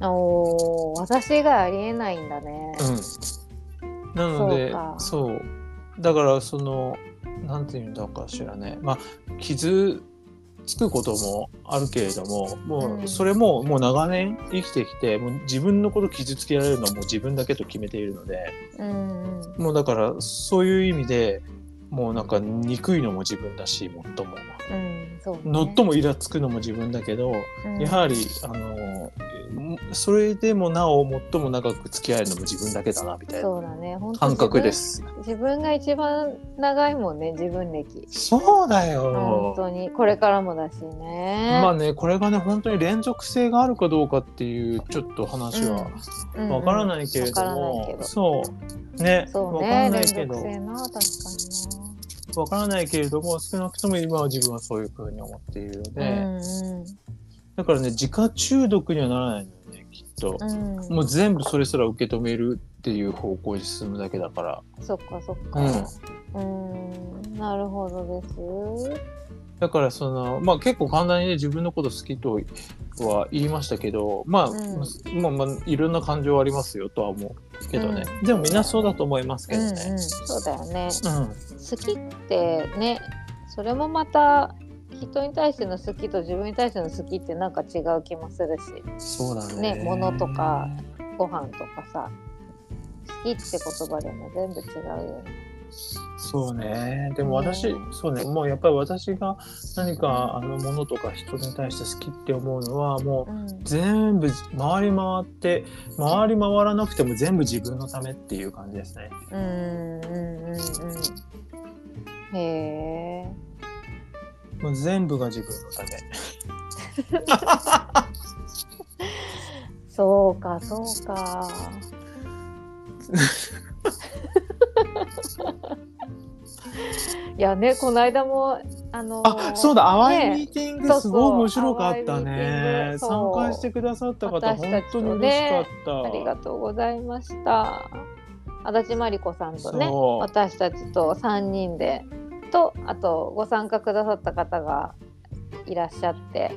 [SPEAKER 1] な、
[SPEAKER 2] おー私がありえないんだね
[SPEAKER 1] うん、なので
[SPEAKER 2] そうか
[SPEAKER 1] そうだからそのなんていうんだかしらねまあ傷つくこともあるけれどもも
[SPEAKER 2] う
[SPEAKER 1] うんそれももう長年生きてきてもう自分のこと傷つけられるのはもう自分だけと決めているので。
[SPEAKER 2] うんうん
[SPEAKER 1] もうだからそういう意味でもうなんか憎いのも自分だしもっとも
[SPEAKER 2] うんそうね
[SPEAKER 1] のっともイラつくのも自分だけど、
[SPEAKER 2] うん
[SPEAKER 1] やはりあのもそれでもなお最も長く付き合えるのも自分だけだなみたいな
[SPEAKER 2] そうだね本当
[SPEAKER 1] 感覚です。
[SPEAKER 2] 自分が一番長いもんね自分歴
[SPEAKER 1] そうだ
[SPEAKER 2] 本
[SPEAKER 1] よ。
[SPEAKER 2] 当にこれからもだしね、
[SPEAKER 1] まあねこれがね本当に連続性があるかどうかっていうちょっと話は
[SPEAKER 2] うん
[SPEAKER 1] わからないけれども、
[SPEAKER 2] わからないけど
[SPEAKER 1] そうね
[SPEAKER 2] そう
[SPEAKER 1] わ
[SPEAKER 2] ね
[SPEAKER 1] からな
[SPEAKER 2] 連
[SPEAKER 1] いけ
[SPEAKER 2] 続
[SPEAKER 1] ど
[SPEAKER 2] 性な確か
[SPEAKER 1] わからないけれども少なくとも今は自分はそういうふうに思っているの
[SPEAKER 2] に
[SPEAKER 1] で。
[SPEAKER 2] な、
[SPEAKER 1] だからね、自家中毒にはならないのよね、きっと。
[SPEAKER 2] うんうん、うん、
[SPEAKER 1] もう全部それすら受け止めるっていう方向に進むだけだから。
[SPEAKER 2] そっかそっ
[SPEAKER 1] うん
[SPEAKER 2] かうんなるほどです
[SPEAKER 1] だからその、まあ結構簡単にね、自分のこと好きとは言いましたけど、まあ、
[SPEAKER 2] う
[SPEAKER 1] まあまあ、いろんな感情はありますよとは思うけどね。でもみんなそうだと思いますけ
[SPEAKER 2] う
[SPEAKER 1] ど
[SPEAKER 2] んう
[SPEAKER 1] ね。
[SPEAKER 2] ん、そうだよね
[SPEAKER 1] うん。
[SPEAKER 2] 好きってねそれもまた人に対しての好きと自分に対しての好きってなんか違う気もするし
[SPEAKER 1] そうだね。
[SPEAKER 2] ね物とか。ご飯とかさ好きって言葉でも全部違うよね
[SPEAKER 1] そうね。でも私、
[SPEAKER 2] ね
[SPEAKER 1] そうね、もうやっぱり私が何かあの物とか人に対して好きって思うのは、もう
[SPEAKER 2] うん
[SPEAKER 1] 全部回り回って回り回らなくても全部自分のためっていう感じですね。
[SPEAKER 2] うんうんうんうんへえ
[SPEAKER 1] もう全部が自分のため。
[SPEAKER 2] そうかそう かいやねこの間もあの
[SPEAKER 1] あ、そうだ、淡いミ
[SPEAKER 2] ね
[SPEAKER 1] ーティン
[SPEAKER 2] そ
[SPEAKER 1] グ
[SPEAKER 2] うそう
[SPEAKER 1] すごい面白かった
[SPEAKER 2] 淡いミーティン
[SPEAKER 1] ね。参
[SPEAKER 2] グそう
[SPEAKER 1] 加してくださった方、
[SPEAKER 2] 私
[SPEAKER 1] 本
[SPEAKER 2] たち
[SPEAKER 1] 当
[SPEAKER 2] と
[SPEAKER 1] に
[SPEAKER 2] ね
[SPEAKER 1] 嬉しかっ
[SPEAKER 2] ありが
[SPEAKER 1] た。
[SPEAKER 2] とうございました足立真理子さんとね
[SPEAKER 1] そう
[SPEAKER 2] 私たちと3人でとあとご参加くださった方がいらっしゃって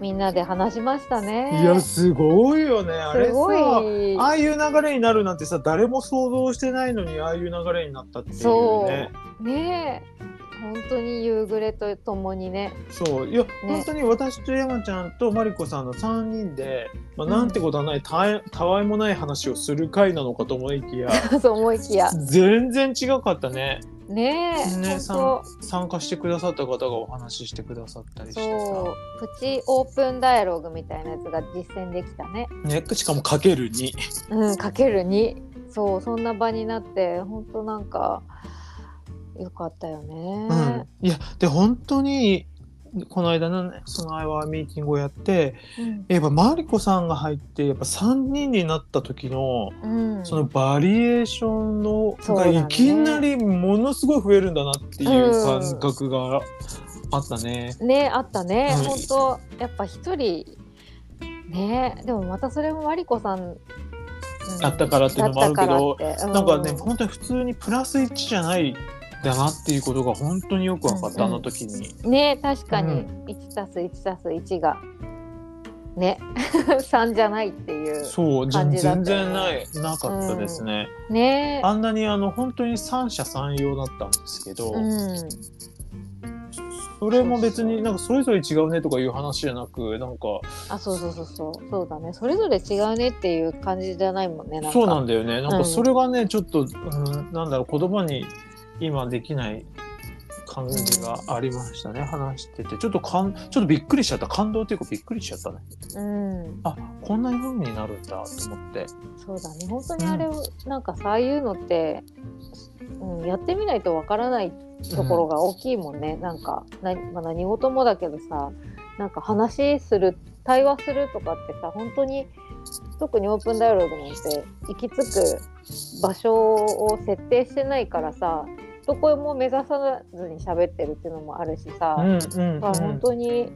[SPEAKER 2] みんなで話しましたね。
[SPEAKER 1] いや、すごいよね。あれ
[SPEAKER 2] すご
[SPEAKER 1] さ、
[SPEAKER 2] い
[SPEAKER 1] ああいう流れになるなんてさ、誰も想像してないのに、ああいう流れになったっていうね。
[SPEAKER 2] ねえ本当に夕暮れとともにね
[SPEAKER 1] そういや、本当に私と山ちゃんとマリコさんの3人で、まあ、なんてことはない、たわいたわいもない話をする回なのかと思い きや
[SPEAKER 2] そう思いきや
[SPEAKER 1] 全然違かったね
[SPEAKER 2] ねえ
[SPEAKER 1] ね
[SPEAKER 2] 本
[SPEAKER 1] 参加してくださった方がお話ししてくださったり
[SPEAKER 2] 当
[SPEAKER 1] してさ
[SPEAKER 2] そうプチオープンダイアログみたいなやつが実践できたね。
[SPEAKER 1] ね、しかもかける2
[SPEAKER 2] うん、かける2そうそんな場になって本当なんかよかったよ
[SPEAKER 1] うん
[SPEAKER 2] ね。、
[SPEAKER 1] いやで本当にこの間のねそのアイワーミーティングをやって
[SPEAKER 2] うん
[SPEAKER 1] やっぱマリコさんが入ってやっぱ3人になった時の
[SPEAKER 2] うん
[SPEAKER 1] そのバリエーションの
[SPEAKER 2] そう
[SPEAKER 1] が
[SPEAKER 2] だね
[SPEAKER 1] いきなりものすごい増えるんだなっていう感覚があったね。
[SPEAKER 2] ねあったね、
[SPEAKER 1] うん
[SPEAKER 2] 本当やっぱ一人ねでもまたそれもマリコさん、うん
[SPEAKER 1] だったからっていうのもあるけど
[SPEAKER 2] だったからってう
[SPEAKER 1] なんかね本当に普通にプラス1じゃないだなっていうことが本当によく分かった、
[SPEAKER 2] うんう
[SPEAKER 1] あ
[SPEAKER 2] ん
[SPEAKER 1] の時に。
[SPEAKER 2] ね確か
[SPEAKER 1] う
[SPEAKER 2] に1たす1たす1がね 3じゃないっていう
[SPEAKER 1] そう全
[SPEAKER 2] 感じだった
[SPEAKER 1] 全
[SPEAKER 2] よね
[SPEAKER 1] 然ないなかったですね。
[SPEAKER 2] ね
[SPEAKER 1] あんなにあの本当に三者三様だったんですけど、
[SPEAKER 2] うん
[SPEAKER 1] それも別になんかそれぞれ違うねとかいう話じゃなくなんか
[SPEAKER 2] あそうそうそうそうそうだねそれぞれ違うねっていう感じじゃないもんねなんか
[SPEAKER 1] そうなんだよね。なん
[SPEAKER 2] う
[SPEAKER 1] か
[SPEAKER 2] ん
[SPEAKER 1] それがね、ちょっと、うん、なんだろう、言葉に今できない感じがありましたね、話しててちょっとかんちょっとびっくりしちゃった感動というかびっくりしちゃったね
[SPEAKER 2] うん、
[SPEAKER 1] あこんな風になるんだと思って
[SPEAKER 2] そうだね本当にあれ、をなんかさああいうのって、うん、やってみないとわからないところが大きいもんね、なんかな、まあ、何事もだけどさなんか話する対話するとかってさ本当に特にオープンダイアローグなんて行き着く場所を設定してないからさどこも目指さずに喋ってるっていうのもあるしさ、
[SPEAKER 1] うんうんうん
[SPEAKER 2] まあ、本当に、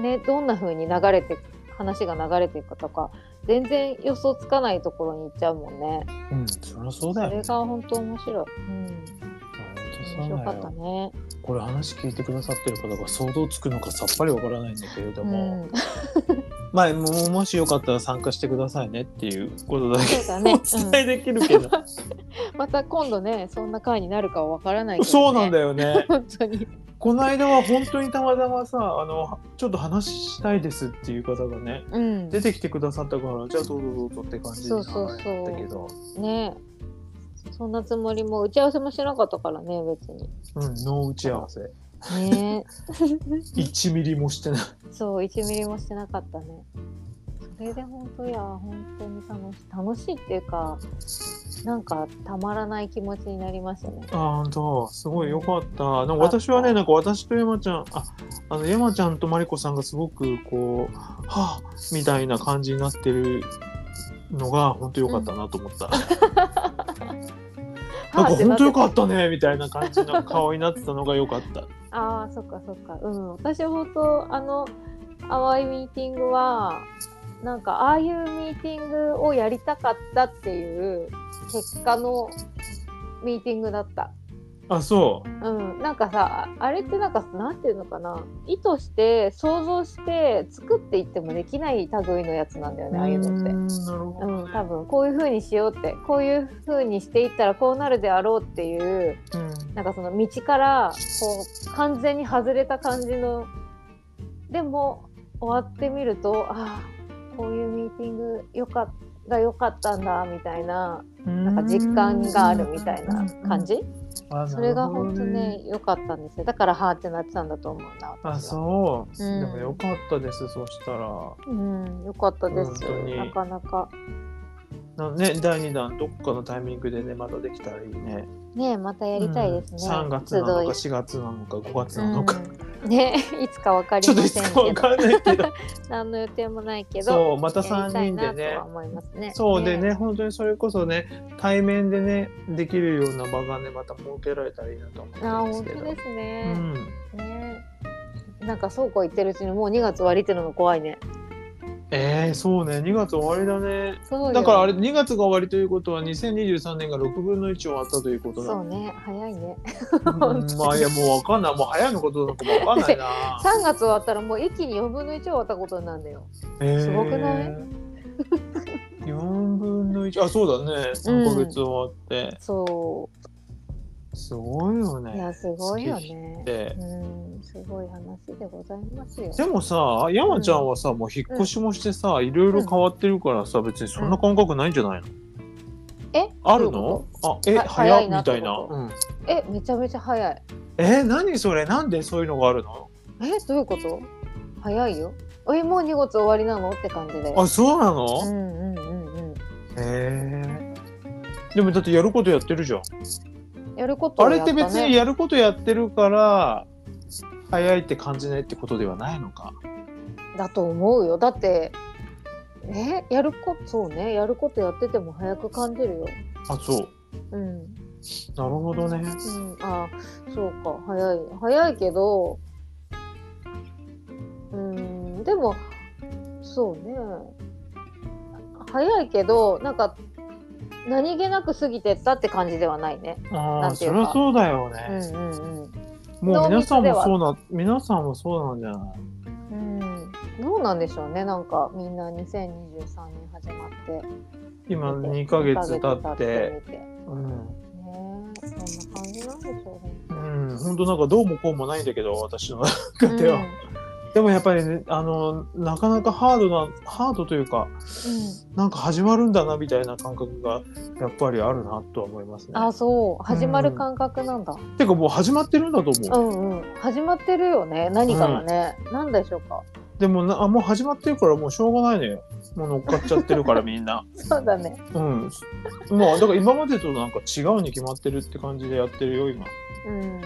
[SPEAKER 2] ね、どんな風に流れて話が流れていくかとか全然予想つかないところに行っちゃうもんね。
[SPEAKER 1] うんそりゃそうだ
[SPEAKER 2] そ
[SPEAKER 1] よ
[SPEAKER 2] れが本当面白い。うん、
[SPEAKER 1] 本当
[SPEAKER 2] 面
[SPEAKER 1] そう
[SPEAKER 2] 白か
[SPEAKER 1] だ
[SPEAKER 2] った
[SPEAKER 1] よ
[SPEAKER 2] ね。
[SPEAKER 1] これ話聞いてくださってる方が想像つくのかさっぱりわからないんだけれど
[SPEAKER 2] う
[SPEAKER 1] も、
[SPEAKER 2] ん、
[SPEAKER 1] まあ、もうもしよかったら参加してくださいねっていうことだけ
[SPEAKER 2] そうだ ね
[SPEAKER 1] お伝えできるけ ど、
[SPEAKER 2] また今度ねそんな回になるかはわからないけど、ね、
[SPEAKER 1] そうなんだ
[SPEAKER 2] よ
[SPEAKER 1] よね
[SPEAKER 2] 本当に。
[SPEAKER 1] この間は本当にたまたまさあのちょっと話したいですっていう方がね
[SPEAKER 2] うん、
[SPEAKER 1] 出てきてくださったからじゃあどうぞどうぞって感じになったけど
[SPEAKER 2] ねそんなつもりも打ち合わせもしなかったからね別に。
[SPEAKER 1] うんノー打ち合わせ
[SPEAKER 2] ね
[SPEAKER 1] 1ミリもしてない
[SPEAKER 2] そう1ミリもしてなかったねそれで本当いや本当に楽しい楽しいっていうかなんかたまらない気持ちになりましたね
[SPEAKER 1] あ本当すごいよかったなんか私はねなんか私と山ちゃんああの山ちゃんとマリコさんがすごくこうはあみたいな感じになってるのが本当よかった なと思った、なんか本当よかったねみたいな感じの顔になってたのが良かった。
[SPEAKER 2] ああそっかそっかうん私は本当あの淡いミーティングはなんかああいうミーティングをやりたかったっていう結果のミーティングだった
[SPEAKER 1] あ、そ
[SPEAKER 2] うん、なんかさあれってなんかなんていうのかな意図して想像して作っていってもできない類のやつなんだよ
[SPEAKER 1] う。
[SPEAKER 2] ねああいうのって。
[SPEAKER 1] なるほ
[SPEAKER 2] う
[SPEAKER 1] ど。
[SPEAKER 2] ん、多分こういう風にしようってこういう風にしていったらこうなるであろうっていうなんかその道からこう完全に外れた感じのでも終わってみるとああこういうミーティングよかっが良かったんだみたいななんか実感があるみたいな感じ、
[SPEAKER 1] あ。
[SPEAKER 2] それが
[SPEAKER 1] な
[SPEAKER 2] 本当
[SPEAKER 1] るほど
[SPEAKER 2] ね良かったんですよだからはーってなってたんだと思うな私は
[SPEAKER 1] あ、そう。
[SPEAKER 2] うん
[SPEAKER 1] でも良かったです。そしたら、
[SPEAKER 2] うん良かったです
[SPEAKER 1] 本当に
[SPEAKER 2] なかなか
[SPEAKER 1] なね、第二弾どっかのタイミングでね、またできたらいいね。
[SPEAKER 2] ねまたやりたいですね、
[SPEAKER 1] 三月なのか四
[SPEAKER 2] 集
[SPEAKER 1] 月なのか五月
[SPEAKER 2] い
[SPEAKER 1] なのか。
[SPEAKER 2] うんね いつかわかり
[SPEAKER 1] ちょっと
[SPEAKER 2] ま
[SPEAKER 1] い
[SPEAKER 2] せ
[SPEAKER 1] つ
[SPEAKER 2] ん
[SPEAKER 1] かわ
[SPEAKER 2] けど
[SPEAKER 1] かんないけど。
[SPEAKER 2] 何の予定もないけど
[SPEAKER 1] そう、また
[SPEAKER 2] や
[SPEAKER 1] 三
[SPEAKER 2] りたい
[SPEAKER 1] 人で
[SPEAKER 2] なと
[SPEAKER 1] ね
[SPEAKER 2] は。思いますね
[SPEAKER 1] そうでね、本当にそれこそね、対面でね、できるような場がね、また設けられたらいいなと思ってる
[SPEAKER 2] あ
[SPEAKER 1] んです
[SPEAKER 2] 本
[SPEAKER 1] けど。
[SPEAKER 2] 当です
[SPEAKER 1] う
[SPEAKER 2] ね、
[SPEAKER 1] ん。
[SPEAKER 2] ねなんか倉庫行ってるうちにもう2月終わりってのが怖いね
[SPEAKER 1] ええそうね、2月終わりだね。
[SPEAKER 2] そうよ
[SPEAKER 1] だからあれ、2月が終わりということは、2023年が6分の1終わったということだ。
[SPEAKER 2] そうね早いね。
[SPEAKER 1] うんまあ、いや、もうわかんない。もう早いのことなのかもわかんないな
[SPEAKER 2] 3月 終わったらもう一気に4分の1終わったことになるんだよすごくない
[SPEAKER 1] えー ?4 分の1、あ、そうだね。3ヶ月終わって。
[SPEAKER 2] そ
[SPEAKER 1] すごいよ
[SPEAKER 2] うい
[SPEAKER 1] ね。
[SPEAKER 2] やすごいよね
[SPEAKER 1] で
[SPEAKER 2] うんすごい話でございますよ
[SPEAKER 1] でもさ、山ちゃんはさ、もう引っ越しもしてさ、いろいろ変わってるからさ、別にそんな感覚ないんじゃないの、
[SPEAKER 2] え
[SPEAKER 1] ある
[SPEAKER 2] どういう
[SPEAKER 1] のあ、え、
[SPEAKER 2] は早
[SPEAKER 1] 早
[SPEAKER 2] い
[SPEAKER 1] い
[SPEAKER 2] な
[SPEAKER 1] み
[SPEAKER 2] って
[SPEAKER 1] た
[SPEAKER 2] こ
[SPEAKER 1] い
[SPEAKER 2] と
[SPEAKER 1] な。うん
[SPEAKER 2] えめちゃめちゃ早い
[SPEAKER 1] えー、何それなんでそういうのがあるの
[SPEAKER 2] えどういうこと早いよえもう2月終わりなのって感じで
[SPEAKER 1] あそうな
[SPEAKER 2] う
[SPEAKER 1] の、
[SPEAKER 2] んうんう
[SPEAKER 1] へ
[SPEAKER 2] ん
[SPEAKER 1] えでもだってやることやってるじゃん、
[SPEAKER 2] うんやること
[SPEAKER 1] あ
[SPEAKER 2] を
[SPEAKER 1] れっ
[SPEAKER 2] やってた、ね、
[SPEAKER 1] 別にやることやってるから早いって感じないってことではないのか
[SPEAKER 2] だと思うよだってえやることそうねやることやってても早く感じるよ
[SPEAKER 1] あそう
[SPEAKER 2] うん
[SPEAKER 1] なるほどね
[SPEAKER 2] うん、あそうか早い早いけどうんでもそうね早いけどなんか何気なく過ぎてったって感じではないね。
[SPEAKER 1] あ
[SPEAKER 2] な
[SPEAKER 1] あ
[SPEAKER 2] んていう
[SPEAKER 1] そ
[SPEAKER 2] か
[SPEAKER 1] りゃそうだよ
[SPEAKER 2] うん
[SPEAKER 1] ね、
[SPEAKER 2] うん
[SPEAKER 1] もう皆さん
[SPEAKER 2] 濃密では
[SPEAKER 1] もそうな皆さんもそうなんじゃない
[SPEAKER 2] うん。うん、どうなんでしょうねなんかみんな2023年始まって
[SPEAKER 1] 今2
[SPEAKER 2] 二
[SPEAKER 1] ヶ月経
[SPEAKER 2] ヶ
[SPEAKER 1] っ
[SPEAKER 2] 月
[SPEAKER 1] て
[SPEAKER 2] みてね
[SPEAKER 1] うん
[SPEAKER 2] えそんな感じなんでしょうね。
[SPEAKER 1] うん、本当なんかどうもこうもないんだけど私の中では、
[SPEAKER 2] うん
[SPEAKER 1] でもやっぱりね、あの、なかなかハードな、ハードというか、なんか始まるんだなみたいな感覚がやっぱりあるなとは思いますね。
[SPEAKER 2] あそう始まる感覚なんだ、
[SPEAKER 1] てかもう始まってるんだと
[SPEAKER 2] う
[SPEAKER 1] 思う。
[SPEAKER 2] んうん始まってるよね何かがね、なん、何でしょうか
[SPEAKER 1] でもな、あもう始まってるからもうしょうがないね。もう乗っかっちゃってる からみんな。
[SPEAKER 2] そうだね
[SPEAKER 1] うん。まあだから今までとなんか違うに決まってるって感じでやってるよ今。
[SPEAKER 2] うん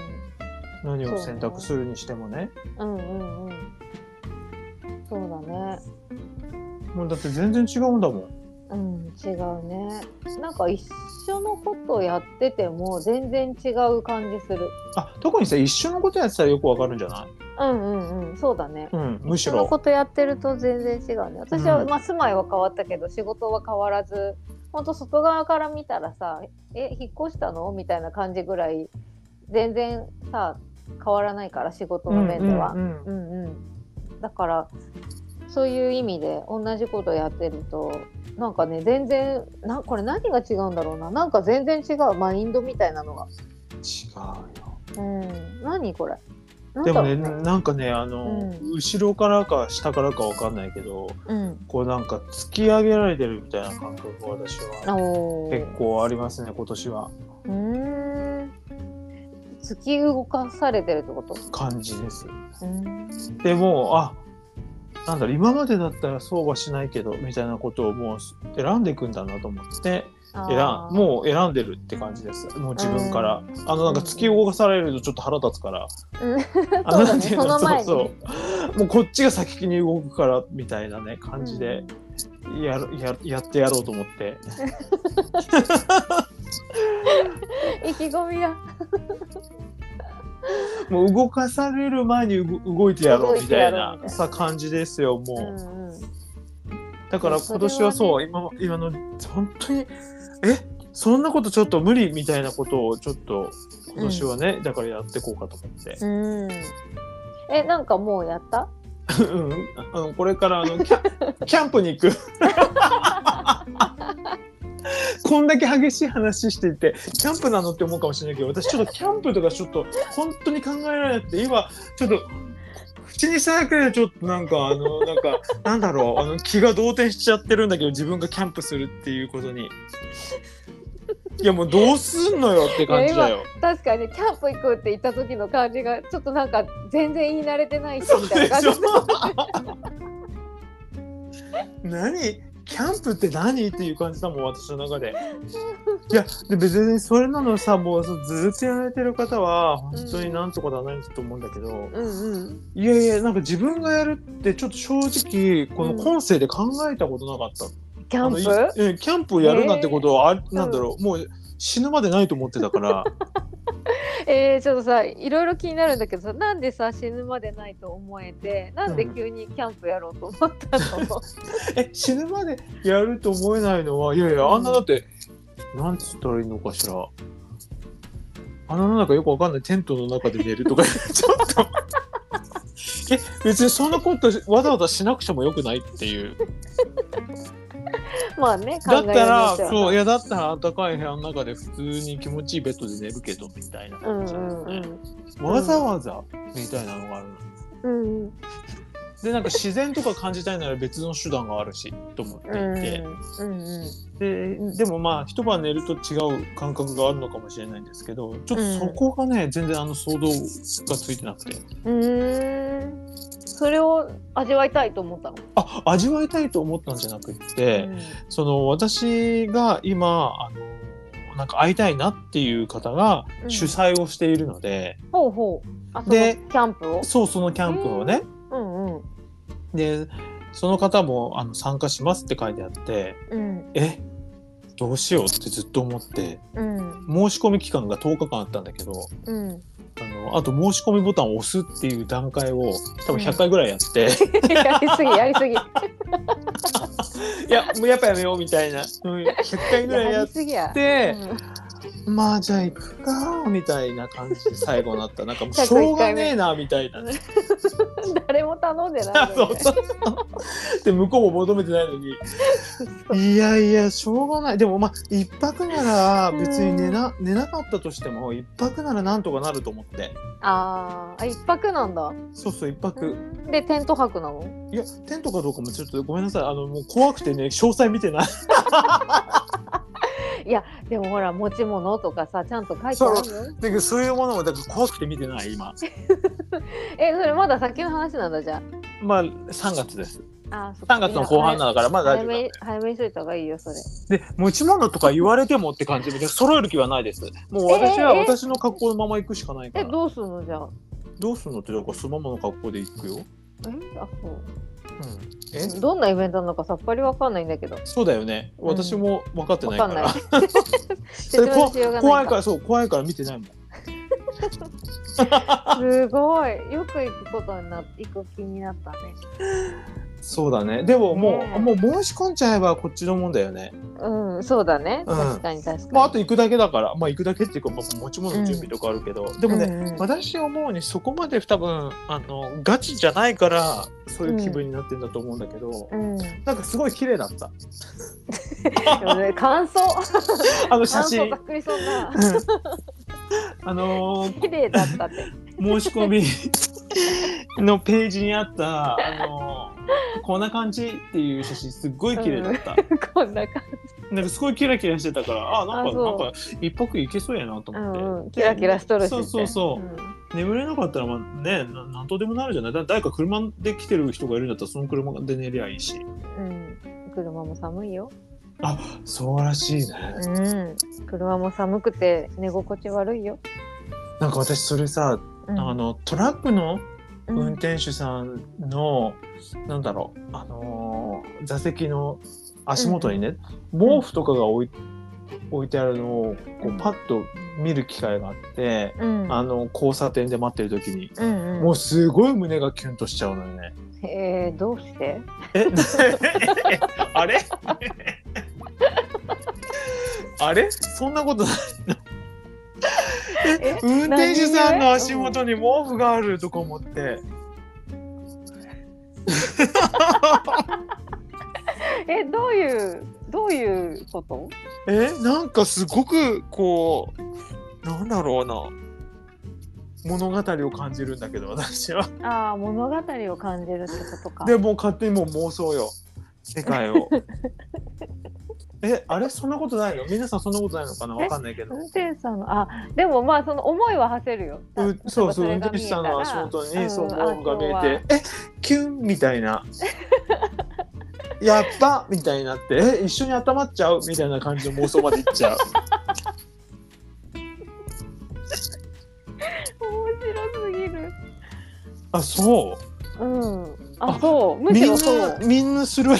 [SPEAKER 1] 何を選択するにしてもね。
[SPEAKER 2] うんうんうんそうだね
[SPEAKER 1] もうだって全然違うんだもん。
[SPEAKER 2] うん違うねなんか一緒のことやってても全然違う感じする
[SPEAKER 1] あ特にさ一緒のことやってたらよくわかるんじゃない
[SPEAKER 2] うんうんうんそうだね
[SPEAKER 1] うんむし
[SPEAKER 2] その
[SPEAKER 1] ろ。
[SPEAKER 2] ことやってると全然違うね私は、
[SPEAKER 1] うん
[SPEAKER 2] まあ、住まいは変わったけど仕事は変わらず本当外側から見たらさ「え引っ越したの?」みたいな感じぐらい全然さ変わらないから仕事の面では
[SPEAKER 1] う。んうんうん
[SPEAKER 2] うんうんだからそういう意味で同じことやってるとなんかね全然なこれ何が違うんだろうななんか全然違うマインドみたいなのが。
[SPEAKER 1] 違うよ。
[SPEAKER 2] うん、何これなん
[SPEAKER 1] で
[SPEAKER 2] だ
[SPEAKER 1] も
[SPEAKER 2] ろ
[SPEAKER 1] ね
[SPEAKER 2] う
[SPEAKER 1] なんかねあの、
[SPEAKER 2] う
[SPEAKER 1] 後ろからか下からかわかんないけど
[SPEAKER 2] うん、
[SPEAKER 1] こうなんか突き上げられてるみたいな感覚が私は
[SPEAKER 2] あおー
[SPEAKER 1] 結構ありますね今年は
[SPEAKER 2] うーん突き動かされてるってこと
[SPEAKER 1] 感じです。
[SPEAKER 2] うん
[SPEAKER 1] でもあなんだろう今までだったらそうはしないけどみたいなことをもう選んでいくんだなと思って選ん
[SPEAKER 2] あー
[SPEAKER 1] もう選んでるって感じですもう自分から、あのなんか突き動かされるとちょっと腹立つから、
[SPEAKER 2] うん
[SPEAKER 1] あ
[SPEAKER 2] そうだね
[SPEAKER 1] なんていうの
[SPEAKER 2] その前に
[SPEAKER 1] そうそうもうこっちが先に動くからみたいなね感じでやる、ややってやろうと思って
[SPEAKER 2] 意気込みが
[SPEAKER 1] もう動かされる前に動動いてやろうみたい
[SPEAKER 2] 動いてやろう
[SPEAKER 1] な
[SPEAKER 2] みたいな
[SPEAKER 1] さ感じですよもう。
[SPEAKER 2] うんうん
[SPEAKER 1] だから今年はそう、今今の本当にえそんなことちょっと無理みたいなことをちょっと今年はね、だからやっていこうかと思って、
[SPEAKER 2] うんえなんかもうやった
[SPEAKER 1] うん、あのこれからあのキャキャンプに行くこんだけ激しい話していてキャンプなのって思うかもしれないけど私ちょっとキャンプとかちょっと本当に考えられなくて今ちょっと口にしただけでちょっとなんかあのなんかなんだろうあの気が動転しちゃってるんだけど自分がキャンプするっていうことにいやもうどうすんのよって感じだよ
[SPEAKER 2] 確かにキャンプ行くって言った時の感じがちょっとなんか全然言い慣れてないしみたいな感じ
[SPEAKER 1] 何キャンプって何っていう感じだもん私の中で。いやで別にそれなのさもうそうずっとやられてる方は本当になんとかだないと思うんだけど、
[SPEAKER 2] うんうん
[SPEAKER 1] いやいやなんか自分がやるってちょっと正直この
[SPEAKER 2] うん
[SPEAKER 1] 今世で考えたことなかった。
[SPEAKER 2] キャン
[SPEAKER 1] あのい
[SPEAKER 2] プ
[SPEAKER 1] うんキャンプをやるなんてことはあ、なんだろうもう死ぬまでないと思ってたから。
[SPEAKER 2] えー、ちょっとさいろいろ気になるんだけどさなんでさ死ぬまでないと思えてなんで急にキャンプやろうと思ったの、
[SPEAKER 1] え死ぬまでやると思えないのはいやいやあんなだって、なんつったらいいのかしらあのなんかよくわかんないテントの中で寝ると かちょっとえ別にそんなことわざわざしなくてもよくないっていう
[SPEAKER 2] まあね考
[SPEAKER 1] だっ
[SPEAKER 2] えよ
[SPEAKER 1] た
[SPEAKER 2] うによっ
[SPEAKER 1] ら
[SPEAKER 2] ちゃ
[SPEAKER 1] そういやだったら暖かい部屋の中で普通に気持ちいいベッドで寝るけどみたいな
[SPEAKER 2] う
[SPEAKER 1] 感
[SPEAKER 2] ん
[SPEAKER 1] じ
[SPEAKER 2] う
[SPEAKER 1] なんです
[SPEAKER 2] ん
[SPEAKER 1] ね、
[SPEAKER 2] うん
[SPEAKER 1] わざわざみたいなのがあるの
[SPEAKER 2] うんうん
[SPEAKER 1] でなんか自然とか感じたいなら別の手段があるしと思っていて。
[SPEAKER 2] うんうん
[SPEAKER 1] ででもまあ一晩寝ると違う感覚があるのかもしれないんですけどちょっとそこがね、全然あの想像がついてなくて
[SPEAKER 2] うん、うーんそれを味わいたいと思ったの。
[SPEAKER 1] あ味わいたいと思ったんじゃなくって、その私が今あのなんか会いたいなっていう方が
[SPEAKER 2] うん
[SPEAKER 1] 主催をしているので、
[SPEAKER 2] ほうほう。あそのキ
[SPEAKER 1] で
[SPEAKER 2] ャンプを。
[SPEAKER 1] そうそのキャンプをね、
[SPEAKER 2] うんうん
[SPEAKER 1] でその方もあの参加しますって書いてあって
[SPEAKER 2] うん
[SPEAKER 1] えどうしようってずっと思って
[SPEAKER 2] うん
[SPEAKER 1] 申し込み期間が10日間あったんだけど、
[SPEAKER 2] うん。
[SPEAKER 1] あのあと申し込みボタンを押すっていう段階を多分100回ぐらいやって、
[SPEAKER 2] やりすぎやりすぎ。
[SPEAKER 1] いやもうやっぱやめようみたいな、うん、100回ぐらいや
[SPEAKER 2] や
[SPEAKER 1] っ
[SPEAKER 2] りすぎや。
[SPEAKER 1] て
[SPEAKER 2] うん
[SPEAKER 1] まあじゃあ行くかみたいな感じで最後になったなんかもう
[SPEAKER 2] 101
[SPEAKER 1] しょうがねえなみたいな
[SPEAKER 2] 誰も頼んでない
[SPEAKER 1] そ
[SPEAKER 2] のに
[SPEAKER 1] うそうそうで向こうも求めてないのにいやいやしょうがないでもまあ一泊なら別に寝な寝なかったとしても一泊ならなんとかなると思って
[SPEAKER 2] あーあ一泊なんだ
[SPEAKER 1] そうそう一泊
[SPEAKER 2] でテント泊なの
[SPEAKER 1] いやテントかどうかもちょっとごめんなさいあのもう怖くてね詳細見てない
[SPEAKER 2] でもほら持ち物とかさちゃんと書いてあるよ
[SPEAKER 1] だけどそういうものもだから怖くて見てない今
[SPEAKER 2] えそれまだ先の話なんだじゃ
[SPEAKER 1] まあ3月です
[SPEAKER 2] ああーそっか
[SPEAKER 1] 3月の後半だからまだ大丈
[SPEAKER 2] 早
[SPEAKER 1] 夫
[SPEAKER 2] め早めにしといた方がいいよそれ
[SPEAKER 1] で持ち物とか言われてもって感じ で揃える気はないですもう私は
[SPEAKER 2] ええ
[SPEAKER 1] 私の格好のまま行くしかないか
[SPEAKER 2] え
[SPEAKER 1] ら
[SPEAKER 2] どうすんのじゃあ
[SPEAKER 1] どうすんのってだからそのままの格好で行くよ、
[SPEAKER 2] えあそう
[SPEAKER 1] え
[SPEAKER 2] どんなイベントなのかさっぱりわかんないんだけど
[SPEAKER 1] そうだよね
[SPEAKER 2] ん
[SPEAKER 1] 私も分かってな
[SPEAKER 2] わ
[SPEAKER 1] いか、
[SPEAKER 2] からんない
[SPEAKER 1] それ
[SPEAKER 2] 説明しよう
[SPEAKER 1] こ
[SPEAKER 2] がないか
[SPEAKER 1] 怖いからそう怖いから見てないもん
[SPEAKER 2] すごいよく行くことにな行く気になったね
[SPEAKER 1] そうだねでももう、
[SPEAKER 2] ねえ
[SPEAKER 1] もう申し込んじゃえばこっちのもんだよね
[SPEAKER 2] うんそうだね
[SPEAKER 1] うん
[SPEAKER 2] 確かに確かに
[SPEAKER 1] まああと行くだけだからまあ行くだけっていうか、まあ、持ち物の準備とかあるけど、でもね、
[SPEAKER 2] うんうん
[SPEAKER 1] 私思うにそこまで多分あのガチじゃないからそういう気分になってんだと思うんだけど、
[SPEAKER 2] うんで
[SPEAKER 1] なんかすごい綺麗だった
[SPEAKER 2] もね感想
[SPEAKER 1] あの写
[SPEAKER 2] 感想
[SPEAKER 1] 真
[SPEAKER 2] ざっくりそんな
[SPEAKER 1] あのー
[SPEAKER 2] 綺麗だったって
[SPEAKER 1] 申し込みのページにあったあのーこんな感じっていう写真すっごい綺麗だった、
[SPEAKER 2] こんな感
[SPEAKER 1] なんかすごいキラキラしてたからあなんか
[SPEAKER 2] あそう
[SPEAKER 1] なんか一泊いけそうやなと
[SPEAKER 2] じ、う
[SPEAKER 1] 思って、
[SPEAKER 2] んうん、キラキラしとるし
[SPEAKER 1] そうそうそう、眠れなかったらまあねななんとでもなるじゃないだ誰か車で来てる人がいるんだったらその車で寝りゃいいし
[SPEAKER 2] うん、うん、車も寒いよ
[SPEAKER 1] そうらしいね
[SPEAKER 2] うん車も寒くて寝心地悪いよ、
[SPEAKER 1] なんか私それさ、
[SPEAKER 2] うん、
[SPEAKER 1] あのトラックの
[SPEAKER 2] う
[SPEAKER 1] 運
[SPEAKER 2] ん
[SPEAKER 1] 転手さんの、なんだろう、あのー座席の足元にね、毛布とかが置い置いてあるのをこ
[SPEAKER 2] うん
[SPEAKER 1] うパッと見る機会があって、
[SPEAKER 2] うん
[SPEAKER 1] あの交差点で待ってる時に、
[SPEAKER 2] うんうん
[SPEAKER 1] もうすごい胸がキュンとしちゃうのよね。
[SPEAKER 2] えー、どうして
[SPEAKER 1] え あれあれそんなことない
[SPEAKER 2] え
[SPEAKER 1] 運転手さんの足元に毛布があるとか思って。
[SPEAKER 2] えどういうどういうこと
[SPEAKER 1] えなんかすごくこうなんだろうな物語を感じるんだけど私は
[SPEAKER 2] ああ物語を感じるってことか
[SPEAKER 1] でもう勝手にもう妄想よ世界をえあれそんなことないの皆さんそんなことないのかなわかんないけど
[SPEAKER 2] 運転手さんのあでもまあその思いは馳せるよ
[SPEAKER 1] うそうそう
[SPEAKER 2] 例
[SPEAKER 1] 運
[SPEAKER 2] えば
[SPEAKER 1] 転手さんの足元にそう
[SPEAKER 2] それ
[SPEAKER 1] 毛
[SPEAKER 2] が見え
[SPEAKER 1] 布
[SPEAKER 2] たら
[SPEAKER 1] が見
[SPEAKER 2] うんあ
[SPEAKER 1] えてえキュンみたいなやっばみたいになってえ一緒に温まっちゃうみたいな感じの妄想までいっちゃう
[SPEAKER 2] 面白すぎる
[SPEAKER 1] あそう
[SPEAKER 2] うんあ
[SPEAKER 1] あ
[SPEAKER 2] そうむ
[SPEAKER 1] み
[SPEAKER 2] し
[SPEAKER 1] ん
[SPEAKER 2] ろそう
[SPEAKER 1] な、みんなするわ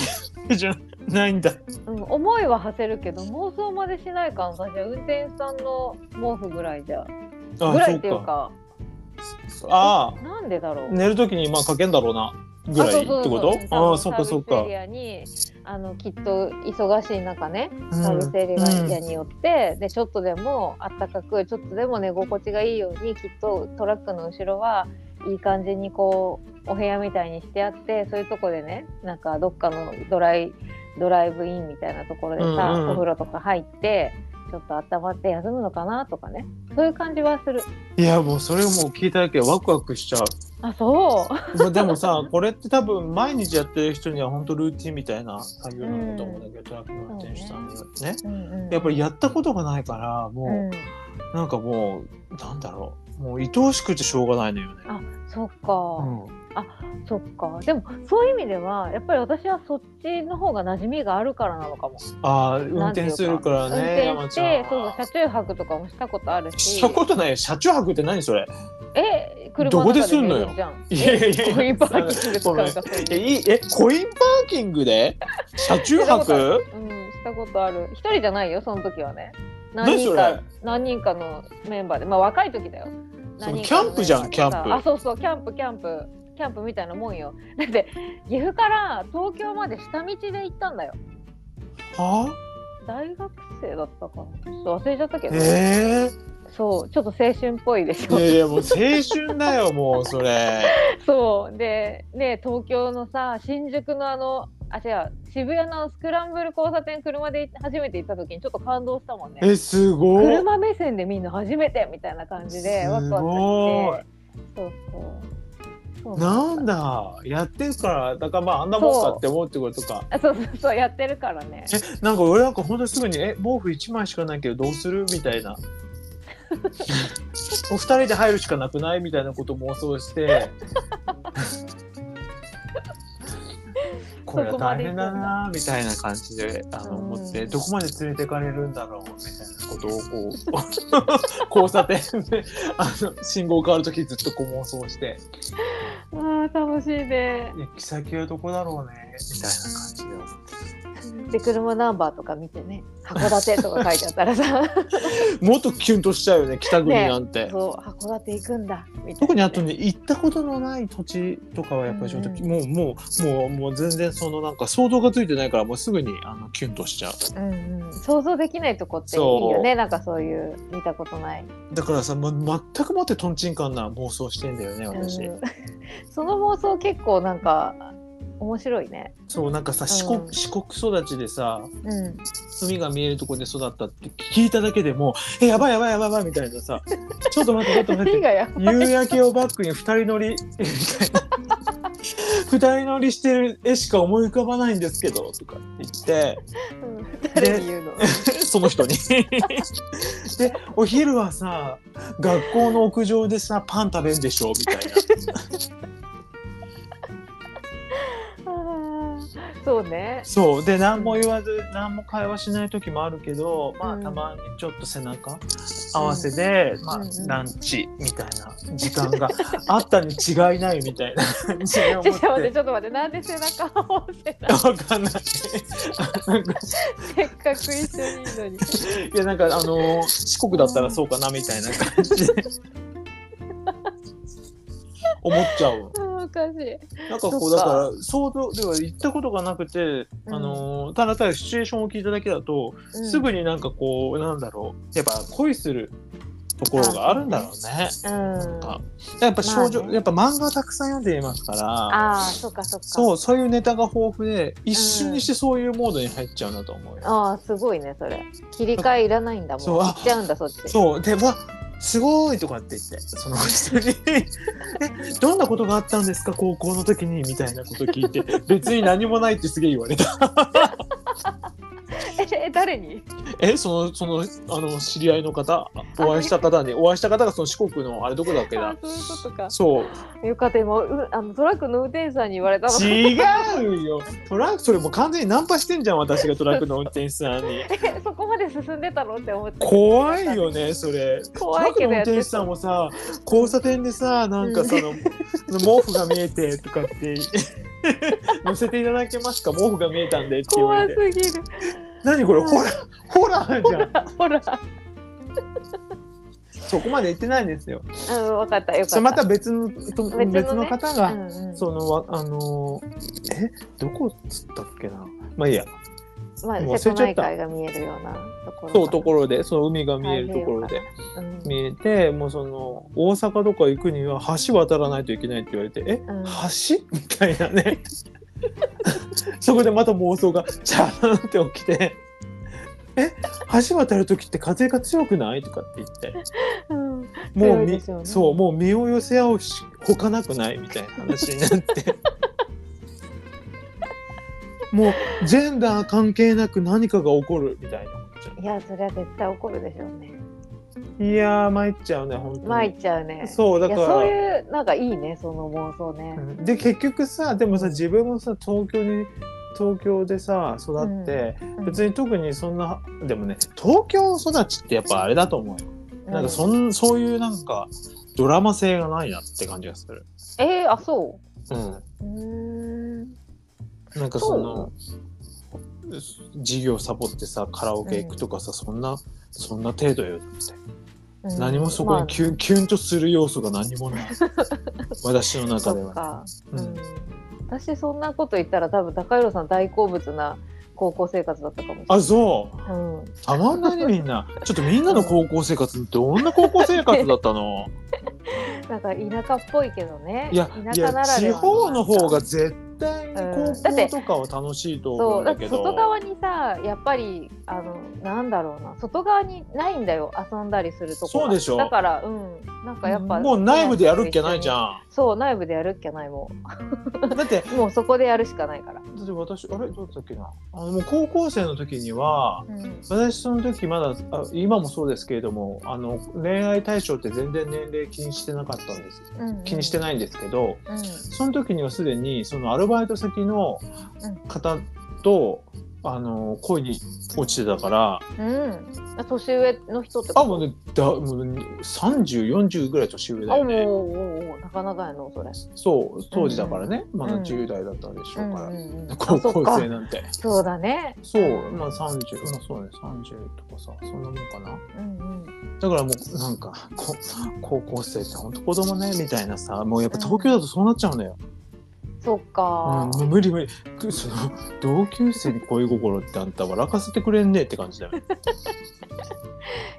[SPEAKER 1] けじゃないんだ。
[SPEAKER 2] うん、思いは馳せるけど妄想までしないか私は運転手さんの毛布ぐらいじゃ
[SPEAKER 1] あ
[SPEAKER 2] ぐらいっていうか。
[SPEAKER 1] あ
[SPEAKER 2] なんでだろ
[SPEAKER 1] あ、
[SPEAKER 2] う、
[SPEAKER 1] 寝るときにまあかけんだろうな。ぐらいってことああ、そっかそっ
[SPEAKER 2] サ
[SPEAKER 1] か
[SPEAKER 2] ービスエリ。アにあのきっと忙しい中ね
[SPEAKER 1] うん
[SPEAKER 2] サービスエリアによって、でちょっとでもあったかくちょっとでも寝心地がいいようにきっとトラックの後ろはいい感じにこうお部屋みたいにしてあってそういうとこでねなんかどっかのドライドライブインみたいなところでさ、
[SPEAKER 1] うんうん
[SPEAKER 2] お風呂とか入ってちょっと温まって休むのかなとかねそういう感じはする
[SPEAKER 1] いや、もうそれもう聞いただけでワクワクしちゃ。
[SPEAKER 2] あそう
[SPEAKER 1] まあでもさ、これって多分毎日やってる人には本当ルーティンみたいな作業なんだと思うんだけど、トラックの運転手さんによってね。
[SPEAKER 2] う、うんうん、
[SPEAKER 1] やっぱりやったことがないから、も
[SPEAKER 2] うん
[SPEAKER 1] う、なんかもう、なんだろう。もう愛おしくてしょうがないのよね。
[SPEAKER 2] あそっか、
[SPEAKER 1] うん
[SPEAKER 2] そっかでもそういう意味ではやっぱり私はそっちの方が馴染みがあるからなのかも
[SPEAKER 1] ああ、運転するから
[SPEAKER 2] 運
[SPEAKER 1] ね、
[SPEAKER 2] 転
[SPEAKER 1] 山
[SPEAKER 2] し
[SPEAKER 1] ちゃ
[SPEAKER 2] て
[SPEAKER 1] ん。
[SPEAKER 2] そうそう車中泊とかもしたことあるし
[SPEAKER 1] したことないよ車中泊って何それ
[SPEAKER 2] え車の中で寝るじゃん
[SPEAKER 1] いやいやいや
[SPEAKER 2] えコインパーキ ングとかなんかそう
[SPEAKER 1] え
[SPEAKER 2] いう
[SPEAKER 1] いいえコインパーキングで車中泊
[SPEAKER 2] うんしたことある一人じゃないよその時はね何
[SPEAKER 1] 何
[SPEAKER 2] 人
[SPEAKER 1] そ
[SPEAKER 2] か
[SPEAKER 1] れ
[SPEAKER 2] 何人かのメンバーでまあ若い時だよ
[SPEAKER 1] そう
[SPEAKER 2] 何人か
[SPEAKER 1] キ
[SPEAKER 2] の
[SPEAKER 1] ャンプじゃん
[SPEAKER 2] メバーでさ
[SPEAKER 1] キャンプ
[SPEAKER 2] あそうそうキャンプキャンプキャンプみたいなもんよだって岐阜から東京まで下道で行ったんだよ
[SPEAKER 1] は
[SPEAKER 2] 大学生だったかなちょっと忘れちゃったけ
[SPEAKER 1] あ
[SPEAKER 2] ど、
[SPEAKER 1] え
[SPEAKER 2] そうちょっと青春っぽいでし
[SPEAKER 1] い
[SPEAKER 2] ょ
[SPEAKER 1] やいやもう青春だよもうそれ
[SPEAKER 2] そうでね東京のさ新宿のあのあ違う渋谷のスクランブル交差点車で初めて行った時にちょっと感動したもんね
[SPEAKER 1] えすごい
[SPEAKER 2] 車目線でみんな初めてみたいな感じです
[SPEAKER 1] ごい
[SPEAKER 2] ワクワクしてそうそうそう
[SPEAKER 1] なん
[SPEAKER 2] だ
[SPEAKER 1] だやってるからだからまああんなもんかって思うってこと か
[SPEAKER 2] あそうそうそうやってるからね
[SPEAKER 1] えなんか俺なんか本当にすぐに「え毛布1枚しかないけどどうする?」みた いなお二人で入るしかなくないみたいなこと妄想して これは大変だなみたいな感じであの
[SPEAKER 2] うん
[SPEAKER 1] 思ってどこまで連れてかれるんだろうみたいなことをこう 交差点であの信号変わる時ずっとこう妄想して
[SPEAKER 2] あー楽しいね
[SPEAKER 1] 行き先はどこだろうねみたいな感じで思って。
[SPEAKER 2] で車ナンバーとか見てね函館とか書いてあった らさ
[SPEAKER 1] もっとキュンとしちゃうよね北国なんて、
[SPEAKER 2] そう函館行くんだみたいなね、
[SPEAKER 1] 特にあとね行ったことのない土地とかはやっぱりちょっと、
[SPEAKER 2] うんうん
[SPEAKER 1] もうもうもうもう全然そのなんか想像がついてないからもうすぐにあのキュンとしちゃう
[SPEAKER 2] うんうん、想像できないとこっていい
[SPEAKER 1] そう
[SPEAKER 2] よねなんかそういう見たことない、
[SPEAKER 1] だからさ、ま、全くもってとんちんかんな妄想してんだよね私、
[SPEAKER 2] うん その妄想結構なんか面白いね、
[SPEAKER 1] そうなんかさ四国,、
[SPEAKER 2] うん
[SPEAKER 1] 四国育ちでさ
[SPEAKER 2] うん、
[SPEAKER 1] 海が見えるとこで育ったって聞いただけでもうえやばいやばいやばいやばいみたいな さちょっと待ってちょっと待っ
[SPEAKER 2] 手
[SPEAKER 1] て
[SPEAKER 2] がやばい
[SPEAKER 1] 夕焼けをバックに二人乗り みたいな二人乗りしてる絵しか思い浮かばないんですけどとか言って
[SPEAKER 2] うん誰に言うの
[SPEAKER 1] その 人に。でお昼はさ学校の屋上でさパン食べんでしょみたいな。
[SPEAKER 2] あーそうね
[SPEAKER 1] そうで何も言わず何も会話しない時もあるけどまあ
[SPEAKER 2] うん
[SPEAKER 1] たまにちょっと背中合わせで、まあ
[SPEAKER 2] うんうん
[SPEAKER 1] ランチみたいな時間があったに違いないみたいな感じで
[SPEAKER 2] ち
[SPEAKER 1] 思
[SPEAKER 2] ょっと待っ
[SPEAKER 1] ってて。
[SPEAKER 2] ちょっと待ってなんで背中を合わ せた
[SPEAKER 1] わかんない。なんか
[SPEAKER 2] せっかく一緒にいるのに
[SPEAKER 1] いやなんかあのー四国だったらそうかなみたいな感じで思っちゃう
[SPEAKER 2] あーおかしい
[SPEAKER 1] なんかこう
[SPEAKER 2] そっ
[SPEAKER 1] だ
[SPEAKER 2] か
[SPEAKER 1] から想像では行ったことがなくて、
[SPEAKER 2] うん
[SPEAKER 1] あのーただただシチュエーションを聞いただけだと、
[SPEAKER 2] うん
[SPEAKER 1] すぐになんかこうなんだろうやっぱ恋するところがあるんだろうね。
[SPEAKER 2] うん
[SPEAKER 1] あやっぱ少女、
[SPEAKER 2] まあね
[SPEAKER 1] やっぱ漫画たくさん読んでいますから
[SPEAKER 2] ああそっかそっか
[SPEAKER 1] そううそういうネタが豊富で一瞬にしてそういうモードに入っちゃうなと思うよ。
[SPEAKER 2] ああすごいねそれ切り替えいらないんだもん
[SPEAKER 1] そう
[SPEAKER 2] 行
[SPEAKER 1] あ
[SPEAKER 2] っちゃうんだそっち
[SPEAKER 1] そうでわすごいとかって言ってその人 にえどんなことがあったんですか高校の時にみたいなこと聞いて別に何もないってすげえ言われた
[SPEAKER 2] え誰に
[SPEAKER 1] えそのそのあの知り合いの方お会いした方にお会いした方がその四国のあれどこだっけだ
[SPEAKER 2] あーそういうことか
[SPEAKER 1] そう
[SPEAKER 2] よかった今うあのトラックの運転手さんに言われたもん
[SPEAKER 1] 違うよトラックそれもう完全にナンパしてんじゃん私がトラックの運転手さんに
[SPEAKER 2] えそこまで進んでたのって思って
[SPEAKER 1] 怖いよねそれ
[SPEAKER 2] 怖い
[SPEAKER 1] ト
[SPEAKER 2] け
[SPEAKER 1] ラックの運
[SPEAKER 2] どやっ
[SPEAKER 1] 転手
[SPEAKER 2] て
[SPEAKER 1] さ
[SPEAKER 2] た
[SPEAKER 1] んもさ交差点でさなんかその、毛布が見えてとかって 乗せていただけますか毛布が見えたんでって言わ
[SPEAKER 2] 怖
[SPEAKER 1] れて
[SPEAKER 2] すぎる
[SPEAKER 1] 何これホラーホラーじゃん
[SPEAKER 2] ほら
[SPEAKER 1] そこまで言ってないんですよ
[SPEAKER 2] うん分かったよかっ
[SPEAKER 1] そ
[SPEAKER 2] た
[SPEAKER 1] れまた別のと
[SPEAKER 2] 別のね
[SPEAKER 1] 別の方が、
[SPEAKER 2] うんうん
[SPEAKER 1] そのわあのーえどこっつったっけなまあいいや
[SPEAKER 2] まあ
[SPEAKER 1] もう忘れち
[SPEAKER 2] 瀬
[SPEAKER 1] ゃった
[SPEAKER 2] 戸内海が見えるようなところ
[SPEAKER 1] そうところでその海が見えるところで
[SPEAKER 2] ろ、うん
[SPEAKER 1] 見えてもうその大阪とか行くには橋渡らないといけないって言われてえ、
[SPEAKER 2] うん
[SPEAKER 1] 橋 みたいなねそこでまた妄想がチャーンって起きてえ橋渡る時って風が強くないとかって言って
[SPEAKER 2] うん
[SPEAKER 1] もう
[SPEAKER 2] 強い
[SPEAKER 1] み、
[SPEAKER 2] ですよね
[SPEAKER 1] そうもう身を寄せ合うしほかなくないみたいな話になって もうジェンダー関係なく何かが起こるみたいなことじゃん
[SPEAKER 2] いやそれは絶対怒るでしょうね
[SPEAKER 1] いやー参っちゃうね本当に。
[SPEAKER 2] 参っちゃうね
[SPEAKER 1] そうだか
[SPEAKER 2] いやそう
[SPEAKER 1] ら
[SPEAKER 2] いうなんかいいねその妄想ね、
[SPEAKER 1] で結局さでもさ自分もさ東京に東京でさ育って、
[SPEAKER 2] うん
[SPEAKER 1] 別に特にそんなでもね東京育ちってやっぱあれだと思うよ、なんかそんそういうなんかドラマ性がないなって感じがする、
[SPEAKER 2] えー、あそ
[SPEAKER 1] うん、
[SPEAKER 2] ううーん
[SPEAKER 1] なんかその授業サボってさカラオケ行くとかさ、そんなそんな程度よって、
[SPEAKER 2] うん
[SPEAKER 1] 何もそこ
[SPEAKER 2] まあ
[SPEAKER 1] にキュン、キュンとする要素が何もない 私の中で
[SPEAKER 2] そっ
[SPEAKER 1] は
[SPEAKER 2] か、
[SPEAKER 1] う
[SPEAKER 2] うんん、私そんなこと言ったら多分高弘さん大好物な高校生活だったかもしれ
[SPEAKER 1] あそう
[SPEAKER 2] ない。うん、
[SPEAKER 1] たまんないねみんなちょっとみんなの高校生活ってどんな高校生活だった の
[SPEAKER 2] なんか田舎っぽいけどね。
[SPEAKER 1] いや
[SPEAKER 2] 田
[SPEAKER 1] い
[SPEAKER 2] 舎
[SPEAKER 1] や
[SPEAKER 2] なら
[SPEAKER 1] 地
[SPEAKER 2] では
[SPEAKER 1] 方の方が
[SPEAKER 2] さ
[SPEAKER 1] 絶対に高
[SPEAKER 2] うんだって
[SPEAKER 1] 校とかは楽しいと思
[SPEAKER 2] そううんだ
[SPEAKER 1] だ
[SPEAKER 2] っ
[SPEAKER 1] け
[SPEAKER 2] て
[SPEAKER 1] ど、
[SPEAKER 2] 外側にさやっぱりあのなんだろうな外側にないんだよ遊んだりするとこ
[SPEAKER 1] そ
[SPEAKER 2] が
[SPEAKER 1] うでしょ
[SPEAKER 2] だからうんなんかやっぱ
[SPEAKER 1] もう内部でやるっきゃないじ
[SPEAKER 2] ん
[SPEAKER 1] ゃ
[SPEAKER 2] そう内部でやるっきゃないも
[SPEAKER 1] んだって
[SPEAKER 2] うもうそこでやるしかないから、
[SPEAKER 1] だって私あれどうだったっけなあのもう高校生の時には
[SPEAKER 2] うん、
[SPEAKER 1] 私その時まだあ今もそうですけれどもあの恋愛対象って全然年齢気にしてなかったんです、
[SPEAKER 2] うんうん
[SPEAKER 1] 気にしてないんですけど
[SPEAKER 2] うん
[SPEAKER 1] その時にはすでにそのアルバイト先の方と、あの恋に落ちてたから
[SPEAKER 2] うんあ年上の人ってこと
[SPEAKER 1] あもうねだもう3040ぐらい年上だ
[SPEAKER 2] あ
[SPEAKER 1] よ
[SPEAKER 2] おー
[SPEAKER 1] ね
[SPEAKER 2] おーおーなかなかやのそれ
[SPEAKER 1] そう当時だからね、まだ
[SPEAKER 2] うん
[SPEAKER 1] 10代だったんでしょうから、
[SPEAKER 2] んん
[SPEAKER 1] 高校
[SPEAKER 2] あそっ
[SPEAKER 1] 生
[SPEAKER 2] か
[SPEAKER 1] なんて
[SPEAKER 2] そうだね
[SPEAKER 1] そうまあ30まあそうね30とかさそんなもんかな
[SPEAKER 2] うんうん
[SPEAKER 1] だからもうなんかこ 高校生ってほんと子供ねみたいなさもうやっぱ東京だとそうなっちゃうのよ、
[SPEAKER 2] そっ
[SPEAKER 1] うん
[SPEAKER 2] か、
[SPEAKER 1] もう無理無理くその同級生に恋心ってあんた笑かせてくれんねえって感じだよね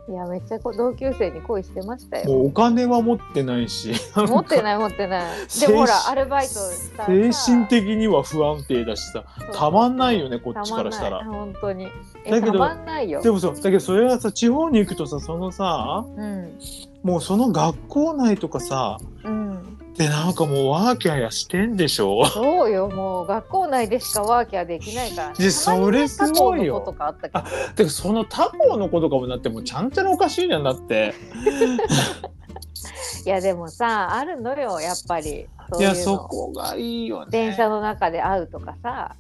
[SPEAKER 2] いやめっちゃこ同級生に恋してましたよ
[SPEAKER 1] もうお金は持ってないし
[SPEAKER 2] 持ってない持ってない
[SPEAKER 1] 精
[SPEAKER 2] で
[SPEAKER 1] 神
[SPEAKER 2] もほらアルバイトした
[SPEAKER 1] 精神的には不安定だしさたまんないよねこっちからしたら
[SPEAKER 2] たまんない本当にえ
[SPEAKER 1] だけど
[SPEAKER 2] たまんないよ
[SPEAKER 1] でもそうだけどそれはさ地方に行くとさそのさ
[SPEAKER 2] うん
[SPEAKER 1] もうその学校内とかさ
[SPEAKER 2] うん
[SPEAKER 1] でなんかもうワーキャーやしてんでしょ
[SPEAKER 2] そうよもう学校内でしかワーキャーできないから、ね、
[SPEAKER 1] いやそれすごいよ
[SPEAKER 2] 他にね他校の子とかあったけど
[SPEAKER 1] てかその他校の子とかもだってもうちゃんちゃらおかしいじゃんだって
[SPEAKER 2] いやでもさあるのよやっぱりそ
[SPEAKER 1] い
[SPEAKER 2] ういう
[SPEAKER 1] や
[SPEAKER 2] の
[SPEAKER 1] そこがいいよね
[SPEAKER 2] 電車の中で会うとかさ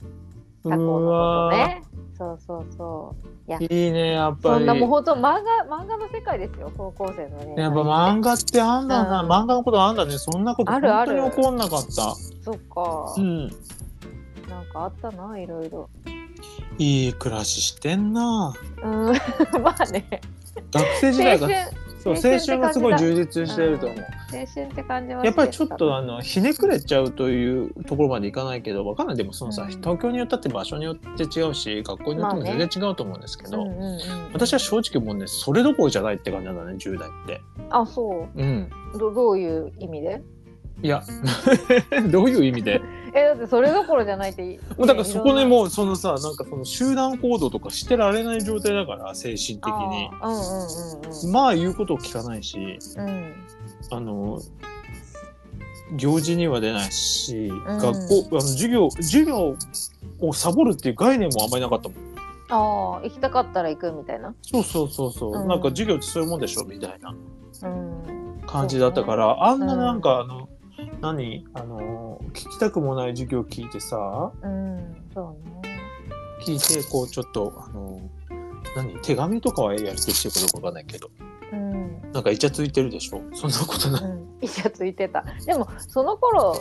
[SPEAKER 2] 他校の
[SPEAKER 1] う
[SPEAKER 2] 子と
[SPEAKER 1] わー
[SPEAKER 2] ねそうそうそう
[SPEAKER 1] いいねやっぱ
[SPEAKER 2] そ
[SPEAKER 1] り
[SPEAKER 2] んなもう本当漫画漫画の世界ですよ高校生のね
[SPEAKER 1] やっぱ漫画ってあんだな、
[SPEAKER 2] うん
[SPEAKER 1] 漫画のことあんだねそんなこと
[SPEAKER 2] あ
[SPEAKER 1] 本
[SPEAKER 2] るある
[SPEAKER 1] 当に起こんなかった
[SPEAKER 2] そっか、
[SPEAKER 1] うん
[SPEAKER 2] なんかあったないろいろ
[SPEAKER 1] いい暮らししてんな
[SPEAKER 2] うん まあね
[SPEAKER 1] 学生時代
[SPEAKER 2] 青
[SPEAKER 1] が
[SPEAKER 2] 春
[SPEAKER 1] そう
[SPEAKER 2] 青春
[SPEAKER 1] 青春がすごい充実してると思う、
[SPEAKER 2] 青春って感じは
[SPEAKER 1] やっぱりちょっとあのひねくれちゃうというところまでいかないけどわかんないでもそのさ、
[SPEAKER 2] うん
[SPEAKER 1] 東京によったって場所によって違うし学校によっても全然違うと思うんですけど、
[SPEAKER 2] うんうんうん、
[SPEAKER 1] 私は正直もうねそれどころじゃないって感じなんだね10代って。
[SPEAKER 2] あそ
[SPEAKER 1] うん、
[SPEAKER 2] うどどういう意味で
[SPEAKER 1] いや どういう意味で
[SPEAKER 2] えだってそれどころじゃないっていい
[SPEAKER 1] もうだからそこね
[SPEAKER 2] ねいろんな
[SPEAKER 1] もうそのさなんかその集団行動とかしてられない状態だから精神的に。
[SPEAKER 2] あーうん
[SPEAKER 1] まあ言うことを聞かないし
[SPEAKER 2] うんうんうん
[SPEAKER 1] あの行事には出ないし、
[SPEAKER 2] ん
[SPEAKER 1] 学校あの授業授業をサボるっていう概念もあんまりなかったもん。
[SPEAKER 2] あー行きたかったら行くみたいな
[SPEAKER 1] そうそうそうそう、
[SPEAKER 2] うん
[SPEAKER 1] なんか授業ってそういうもんでしょみたいな
[SPEAKER 2] うん
[SPEAKER 1] 感じだったから、あんな
[SPEAKER 2] うん
[SPEAKER 1] なんか、あの何あの聞きたくもない授業聞いてさ
[SPEAKER 2] うんそうね
[SPEAKER 1] 聞いてこうちょっとあの何手紙とかはやり取りしてるかどうかわかんないけど
[SPEAKER 2] うん
[SPEAKER 1] なんかイチャついてるでしょそんなことない。
[SPEAKER 2] うんイチャついてたでもその頃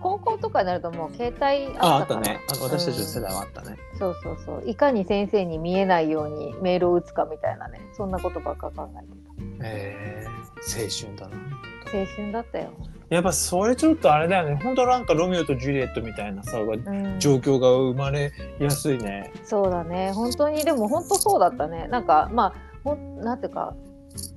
[SPEAKER 2] 高校とかになるともう携帯
[SPEAKER 1] ああ
[SPEAKER 2] あ
[SPEAKER 1] っ
[SPEAKER 2] った
[SPEAKER 1] た
[SPEAKER 2] から
[SPEAKER 1] ねあの私たちの世代はあったね。
[SPEAKER 2] そうそうそういかに先生に見えないようにメールを打つかみたいなねそんなことばっか考えて
[SPEAKER 1] えー、青春だな。
[SPEAKER 2] た青春だったよ、
[SPEAKER 1] やっぱそれちょっとあれだよね本当なんかロミオとジュリエットみたいなさ
[SPEAKER 2] うん、
[SPEAKER 1] 状況が生まれやすいね。
[SPEAKER 2] そうだね本当にでも本当そうだったねなんかまあほんなんていうか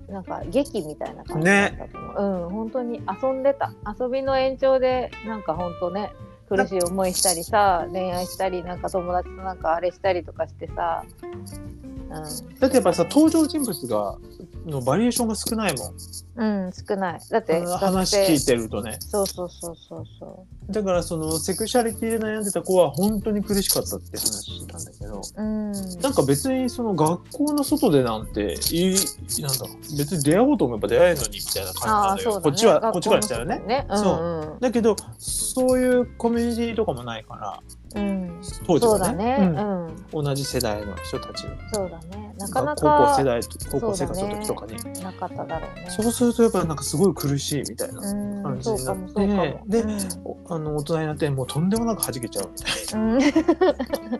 [SPEAKER 2] なんか劇みたいな感じだったと思う、うん本当に遊んでた遊びの延長でなんか本当ね苦しい思いしたりさ恋愛したりなんか友達となんかあれしたりとかしてさ、うん、
[SPEAKER 1] だってやっぱさ登場人物がのバリエーションが少ないもん
[SPEAKER 2] うん少ないだって
[SPEAKER 1] あの話聞いてるとね
[SPEAKER 2] そうそうそうそうそ
[SPEAKER 1] だからそのセクシャリティで悩んでた子は本当に苦しかったって話してたんだけど
[SPEAKER 2] ううん
[SPEAKER 1] なんか別にその学校の外でなんていいなんだろう別に出会おうと思えば出会えるのにみたいな感じ
[SPEAKER 2] あ
[SPEAKER 1] な
[SPEAKER 2] あ
[SPEAKER 1] んだ
[SPEAKER 2] そう
[SPEAKER 1] よ
[SPEAKER 2] だね
[SPEAKER 1] こっちは
[SPEAKER 2] 学
[SPEAKER 1] こっち
[SPEAKER 2] 校
[SPEAKER 1] か
[SPEAKER 2] の
[SPEAKER 1] らしたらね
[SPEAKER 2] ねう
[SPEAKER 1] そ
[SPEAKER 2] ん
[SPEAKER 1] だけどそういうコミュニティとかもないから
[SPEAKER 2] うんうん
[SPEAKER 1] 当時
[SPEAKER 2] そ
[SPEAKER 1] は
[SPEAKER 2] うだ
[SPEAKER 1] ね
[SPEAKER 2] ねうん、
[SPEAKER 1] うん同じ世代の人たち
[SPEAKER 2] そうだねなか
[SPEAKER 1] が
[SPEAKER 2] な
[SPEAKER 1] 高校
[SPEAKER 2] か
[SPEAKER 1] 世代と高校生活の時とかに
[SPEAKER 2] なかっただろうね
[SPEAKER 1] そうするとやっぱなんかすごい苦しいみたいな、
[SPEAKER 2] う
[SPEAKER 1] 感
[SPEAKER 2] ん
[SPEAKER 1] じ
[SPEAKER 2] そう
[SPEAKER 1] になっ
[SPEAKER 2] かも
[SPEAKER 1] て
[SPEAKER 2] そうかも
[SPEAKER 1] で
[SPEAKER 2] うん
[SPEAKER 1] おあの大人になってもうとんでもなく弾けちゃうみたいな。
[SPEAKER 2] うん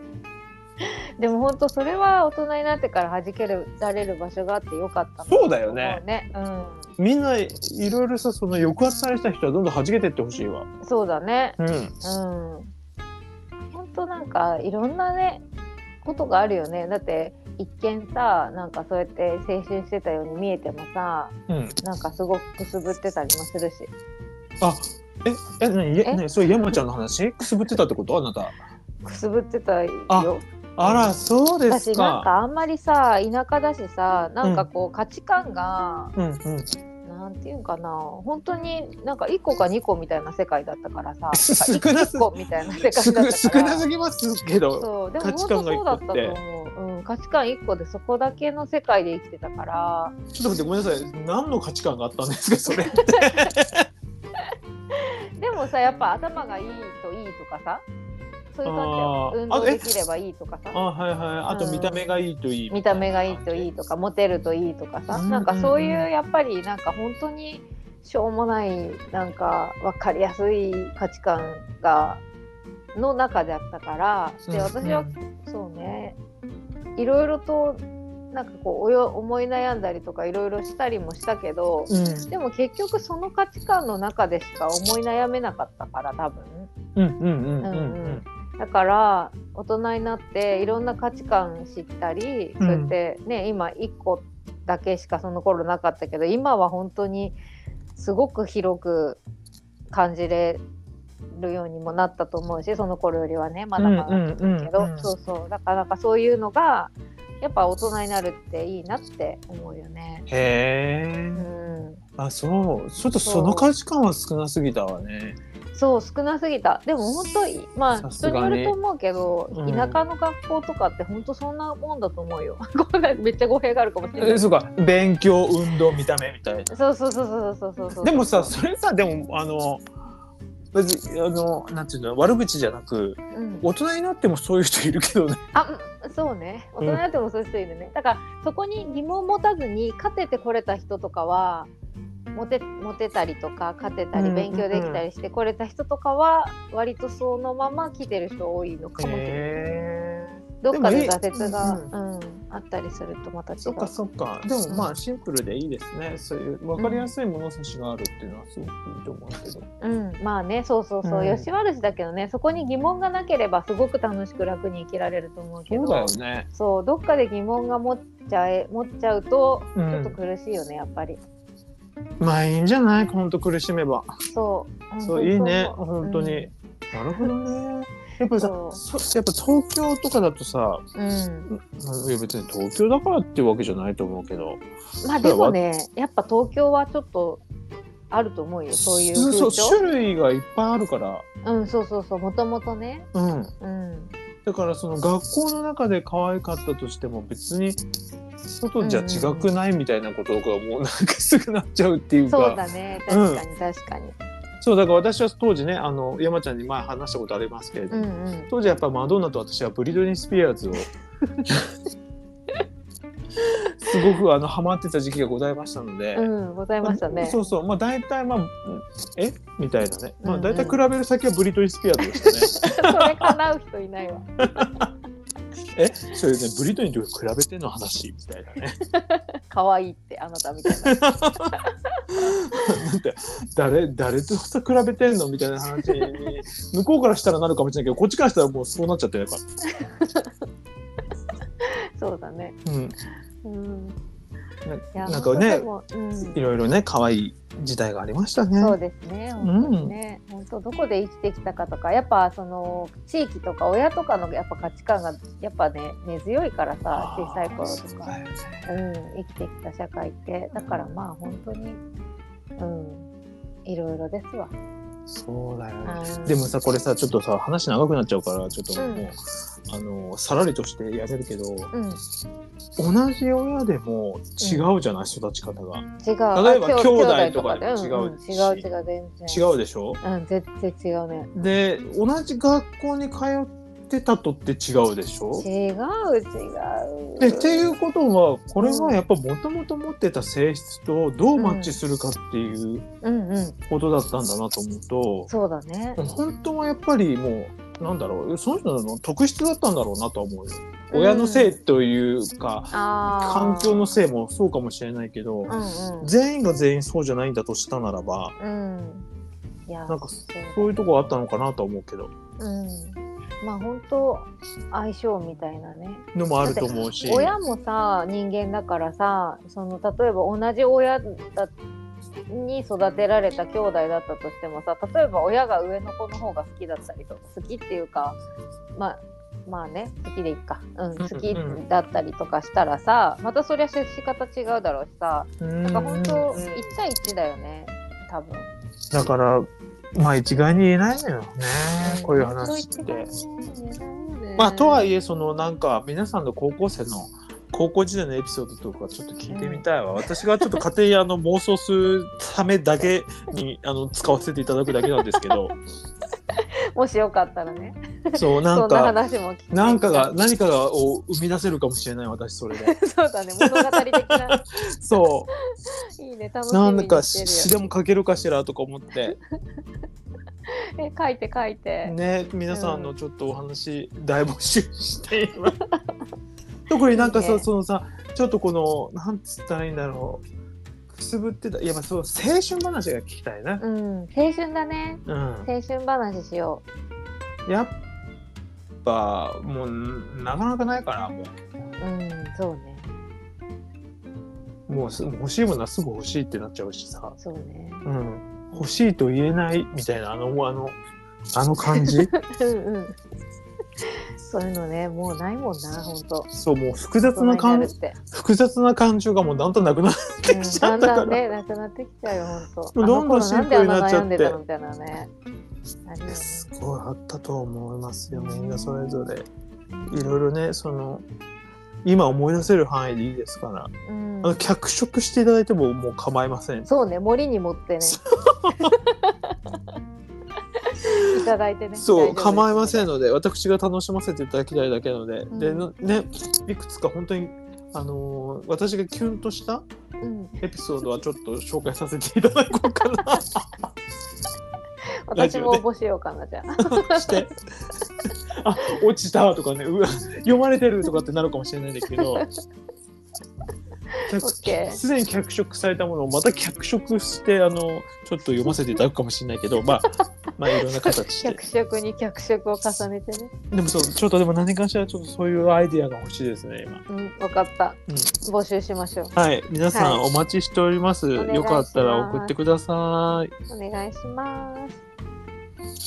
[SPEAKER 2] でも本当それは大人になってから弾けるられる場所があってよかったな
[SPEAKER 1] そうだよね
[SPEAKER 2] と思うね、う
[SPEAKER 1] みんないろいろさその抑圧されてた人はどんどん弾けてってほしいわ。
[SPEAKER 2] ん、そうだね
[SPEAKER 1] うん。
[SPEAKER 2] うん本当なんかいろんなねことがあるよねだって一見さなんかそうやって青春してたように見えてもさ
[SPEAKER 1] うん。
[SPEAKER 2] なんかすごくくすぶってたりもするし
[SPEAKER 1] あ、え、え、なに、
[SPEAKER 2] え
[SPEAKER 1] え、なに、それ山ちゃんの話、くすぶってたってこと、あなた。
[SPEAKER 2] くすぶってたよ
[SPEAKER 1] ああら、そうです
[SPEAKER 2] 私な
[SPEAKER 1] か。
[SPEAKER 2] んかあんまりさ田舎だしさなんかこう価値観が、
[SPEAKER 1] うん、うん。
[SPEAKER 2] なんていうんかな本当になんか1個か2個みたいな世界だったからさ
[SPEAKER 1] 少
[SPEAKER 2] 1
[SPEAKER 1] な す
[SPEAKER 2] 個みたいな世界だっ
[SPEAKER 1] す
[SPEAKER 2] たから
[SPEAKER 1] ぐ少なすぎますけど。
[SPEAKER 2] そうでも
[SPEAKER 1] 価
[SPEAKER 2] 本
[SPEAKER 1] 値
[SPEAKER 2] 当
[SPEAKER 1] 観が
[SPEAKER 2] そうだったと
[SPEAKER 1] 一
[SPEAKER 2] 思う、うん、価値観1個でそこだけの世界で生きてたから
[SPEAKER 1] ちょっと待って、ごめんなさい。何の価値観があったんですか、そ れ。
[SPEAKER 2] でもさやっぱ頭がいいといいとかさそういう感じだよ
[SPEAKER 1] あー
[SPEAKER 2] 運動
[SPEAKER 1] あえ
[SPEAKER 2] できればいいとか
[SPEAKER 1] あ、
[SPEAKER 2] さ
[SPEAKER 1] はいはい。あと
[SPEAKER 2] うん
[SPEAKER 1] 見た目がいいといい。
[SPEAKER 2] 見た目がいいといいとかモテるといいとかさ
[SPEAKER 1] うん
[SPEAKER 2] なんかそういう
[SPEAKER 1] うん
[SPEAKER 2] やっぱりなんか本当にしょうもないなんか分かりやすい価値観がの中だったからで私はそうねいろいろとなんかこうおよ思い悩んだりとかいろいろしたりもしたけど
[SPEAKER 1] うん。
[SPEAKER 2] でも結局その価値観の中でしか思い悩めなかったから多分
[SPEAKER 1] うん、うん、うん、うん、う
[SPEAKER 2] うんうん
[SPEAKER 1] ん。
[SPEAKER 2] だから大人になっていろんな価値観知ったり、
[SPEAKER 1] うん
[SPEAKER 2] そうやってね今1個だけしかその頃なかったけど今は本当にすごく広く感じれるようにもなったと思うしその頃よりはねまだまだ。
[SPEAKER 1] うん、
[SPEAKER 2] けど、
[SPEAKER 1] うん
[SPEAKER 2] そうそうだからなんかそういうのがやっぱ大人になるっていいなって思うよね。
[SPEAKER 1] へ
[SPEAKER 2] う
[SPEAKER 1] え。
[SPEAKER 2] ん、
[SPEAKER 1] あ、そう。ちょっとその価値観は少なすぎたわね。
[SPEAKER 2] そう少なすぎたでも本当にまあ
[SPEAKER 1] さす
[SPEAKER 2] 人
[SPEAKER 1] が
[SPEAKER 2] に
[SPEAKER 1] ね
[SPEAKER 2] よると思うけど、
[SPEAKER 1] うん
[SPEAKER 2] 田舎の学校とかって本当そんなもんだと思うよ ごめんめっちゃ語弊があるかもしれな
[SPEAKER 1] え、
[SPEAKER 2] い
[SPEAKER 1] そうか。勉強、運動、見た目みたいな。
[SPEAKER 2] そうそうそうそうそうそうそう
[SPEAKER 1] でもさそれさでもあの別にあのなんていうの悪口じゃなく
[SPEAKER 2] うん、
[SPEAKER 1] 大人になってもそういう人いるけどね。
[SPEAKER 2] あうんそうね大人になってもそういう人いるね、だからそこに疑問を持たずに勝ててこれた人とかはモテモテたりとか勝てた
[SPEAKER 1] う
[SPEAKER 2] り
[SPEAKER 1] ん
[SPEAKER 2] 勉強できたりしてこれた人とかは割とそのまま来てる人多いのかもしれない、
[SPEAKER 1] へえ
[SPEAKER 2] どっか
[SPEAKER 1] で
[SPEAKER 2] で
[SPEAKER 1] もいい
[SPEAKER 2] 挫折が、
[SPEAKER 1] うん
[SPEAKER 2] うんあったりするとまた違う
[SPEAKER 1] そっかそっかでもまあシンプルでいいですねそういう分かりやすい物差しがあるっていうのはすごくいいと思うけど、
[SPEAKER 2] うん、まあねそうそうそう、
[SPEAKER 1] うん
[SPEAKER 2] よし悪しだけどねそこに疑問がなければすごく楽しく楽に生きられると思うけど
[SPEAKER 1] そうだよね
[SPEAKER 2] そうどっかで疑問が持っちゃえ持っちゃうとち
[SPEAKER 1] う
[SPEAKER 2] ょっ
[SPEAKER 1] ん
[SPEAKER 2] と苦しいよね、やっぱり
[SPEAKER 1] まあいいんじゃないほんと苦しめば
[SPEAKER 2] そう
[SPEAKER 1] そう
[SPEAKER 2] 本当
[SPEAKER 1] いいね
[SPEAKER 2] そう
[SPEAKER 1] 本当に、
[SPEAKER 2] う
[SPEAKER 1] なるほどね やっぱりさ
[SPEAKER 2] そう
[SPEAKER 1] そやっぱ東京とかだとさ
[SPEAKER 2] うん、
[SPEAKER 1] いや別に東京だからっていうわけじゃないと思うけど
[SPEAKER 2] まあでもねやっぱ東京はちょっとあると思うよそういう風
[SPEAKER 1] そ
[SPEAKER 2] 潮
[SPEAKER 1] うそう種類がいっぱいあるから
[SPEAKER 2] うんそうそうそうもともとね
[SPEAKER 1] うん
[SPEAKER 2] うん
[SPEAKER 1] だからその学校の中で可愛かったとしても別に外じゃ違くないみたいなことがもうなんかすぐなっちゃうっていうか
[SPEAKER 2] そうだね確かに確かに、
[SPEAKER 1] そうだから私は当時ねあの山ちゃんに前話したことありますけれど
[SPEAKER 2] う
[SPEAKER 1] も、
[SPEAKER 2] ん、うん
[SPEAKER 1] 当時やっぱマドンナと私はブリトニー・スピアー ズをすごくあのハマってた時期がございましたので。
[SPEAKER 2] うんございましたね
[SPEAKER 1] そうそうまあ大体まあえみたいなね、まあ、
[SPEAKER 2] うんうん
[SPEAKER 1] 大体比べる先はブリトニー・スピアーズでしたね。
[SPEAKER 2] それ叶う人いないわ
[SPEAKER 1] え それねブリトニーと比べての話みたいなね
[SPEAKER 2] 可愛いってあなたみたいな
[SPEAKER 1] なんて誰誰とさ比べてんのみたいな話に向こうからしたらなるかもしれないけどこっちからしたらもうそうなっちゃってるか
[SPEAKER 2] そうだね。
[SPEAKER 1] ら、うん、
[SPEAKER 2] うん。いや
[SPEAKER 1] ななんかね
[SPEAKER 2] 本当でもうん
[SPEAKER 1] いろいろね可愛い時代がありましたね
[SPEAKER 2] そうですね。本当にね、本当どこで生きてきたかとか、やっぱその地域とか親とかのやっぱ価値観がやっぱね根強いからさ、
[SPEAKER 1] あー
[SPEAKER 2] 小さい頃
[SPEAKER 1] そ
[SPEAKER 2] と
[SPEAKER 1] う
[SPEAKER 2] か、
[SPEAKER 1] だよね
[SPEAKER 2] うん生きてきた社会って、だからまあ本当に、うん、いろいろですわ。
[SPEAKER 1] そうだよね
[SPEAKER 2] うん
[SPEAKER 1] でもさこれさちょっとさ話長くなっちゃうからちょっともう、
[SPEAKER 2] うん
[SPEAKER 1] あのさらりとしてやめるけど
[SPEAKER 2] うん、違う。
[SPEAKER 1] 同じ親でも違うじゃない、育ち方が
[SPEAKER 2] 例
[SPEAKER 1] えば兄弟とかでも
[SPEAKER 2] 違うん、うん
[SPEAKER 1] 違
[SPEAKER 2] 違
[SPEAKER 1] う
[SPEAKER 2] う
[SPEAKER 1] し
[SPEAKER 2] 違う全然。う。
[SPEAKER 1] 違うでしょ
[SPEAKER 2] うん、全然違うね。
[SPEAKER 1] で同じ学校に通ってたとって違うでしょ
[SPEAKER 2] 違う違う。
[SPEAKER 1] でっていうことはこれはやっぱもともと持ってた性質とどうマッチするかっていう
[SPEAKER 2] うんうん、
[SPEAKER 1] ことだったんだなと思うと、
[SPEAKER 2] そうだね。
[SPEAKER 1] 本当はやっぱりもうなんだろうその人の特質だったんだろうなとは思うよ。
[SPEAKER 2] うん
[SPEAKER 1] 親のせいというか、環
[SPEAKER 2] 環
[SPEAKER 1] 境のせいもそうかもしれないけど、
[SPEAKER 2] うんうん
[SPEAKER 1] 全員が全員そうじゃないんだとしたならば
[SPEAKER 2] うんいや
[SPEAKER 1] なんか
[SPEAKER 2] そう
[SPEAKER 1] そういうとこあったのかなとは思うけど。
[SPEAKER 2] うんまあ本当相性みたいなね
[SPEAKER 1] のもあると思うし。
[SPEAKER 2] 親もさ人間だからさその例えば同じ親だに育てられた兄弟だったとしてもさ例えば親が上の子の方が好きだったりとか好きっていうかまあまあね好きでいっか、うん、好きだったりとかしたらさまたそりゃ接し方違うだろうしさ
[SPEAKER 1] な
[SPEAKER 2] なんか本当1対1だよね多分。
[SPEAKER 1] だから、まあ一概に言えないのよね、こういう話っ
[SPEAKER 2] 本当
[SPEAKER 1] て。
[SPEAKER 2] 一概に言えないね
[SPEAKER 1] まあとはいえ、そのなんか皆さんの高校生の高校時代のエピソードとかちょっと聞いてみたいわ。私がちょっと家庭にあの妄想するためだけ にあの使わせていただくだけなんですけど、
[SPEAKER 2] もしよかったらね
[SPEAKER 1] そうな
[SPEAKER 2] そ
[SPEAKER 1] ん
[SPEAKER 2] んな
[SPEAKER 1] か、
[SPEAKER 2] 話も聞きたい
[SPEAKER 1] なんか が、何かがを生み出せるかもしれない、私それで。
[SPEAKER 2] そうだね物語的 な
[SPEAKER 1] そう。
[SPEAKER 2] いいね楽しみ
[SPEAKER 1] なん
[SPEAKER 2] に
[SPEAKER 1] か
[SPEAKER 2] してるよ
[SPEAKER 1] 詩でも書けるかしらとか思って
[SPEAKER 2] え書いて書いて、
[SPEAKER 1] ね皆さんのちょっとお話大募集してい ます。特になんか
[SPEAKER 2] いい
[SPEAKER 1] さ
[SPEAKER 2] ね
[SPEAKER 1] そのさちょっとこのなんつったらいいんだろうくすぶってたいやまあそう青春話が聞きたいな。
[SPEAKER 2] うん青春だね
[SPEAKER 1] うん、
[SPEAKER 2] 青春話しよ
[SPEAKER 1] やっぱもうなかなかないからも
[SPEAKER 2] ううんそうね
[SPEAKER 1] うもうす欲しいものはすぐ欲しいってなっちゃうしさ、
[SPEAKER 2] そうね
[SPEAKER 1] うん、欲しいと言えないみたいなあのあのあの感 じ
[SPEAKER 2] うんうんそういうのねもうないもんな本当
[SPEAKER 1] そうもう複雑な感
[SPEAKER 2] 大人になるっ
[SPEAKER 1] 複雑な感情がもうだんだんなくなって
[SPEAKER 2] て、うん
[SPEAKER 1] きちゃ
[SPEAKER 2] だ
[SPEAKER 1] っ
[SPEAKER 2] ん
[SPEAKER 1] たから、
[SPEAKER 2] だんねなくなってきちゃうよ本当
[SPEAKER 1] もうどんどんシンプルになっちゃって
[SPEAKER 2] あの頃なんであんな悩んでたのみたいなねあるよね
[SPEAKER 1] すごいあったと思いますよみんなそれぞれいろいろねその今思い出せる範囲でいいですからあ
[SPEAKER 2] うん
[SPEAKER 1] の脚色していただいてももう構いません
[SPEAKER 2] そうね森に持ってねいただいてね
[SPEAKER 1] そう構いません
[SPEAKER 2] ん
[SPEAKER 1] ので私が楽しませていただきたいだけなので、
[SPEAKER 2] ん
[SPEAKER 1] でなねいくつか本当にあのー私がキュンとした
[SPEAKER 2] うん
[SPEAKER 1] エピソードはちょっと紹介させていただこうかなラジ
[SPEAKER 2] 私
[SPEAKER 1] オ
[SPEAKER 2] も
[SPEAKER 1] で
[SPEAKER 2] 応募しようかなじゃあ
[SPEAKER 1] してあ落ちたとかねうわ読まれてるとかってなるかもしれないんだけど
[SPEAKER 2] オッケー
[SPEAKER 1] すでに脚色されたものをまた脚色してあのちょっと読ませていただくかもしれないけどま あまあいろんな形で
[SPEAKER 2] 脚色に脚色を重ねてね
[SPEAKER 1] でもそうちょっとでも何かしらちょっとそういうアイディアが欲しいですね今
[SPEAKER 2] うん分かった、
[SPEAKER 1] うん
[SPEAKER 2] 募集しましょう
[SPEAKER 1] はい皆さん
[SPEAKER 2] は
[SPEAKER 1] お待ちしております、
[SPEAKER 2] 願いします
[SPEAKER 1] よかったら送ってください
[SPEAKER 2] お願いします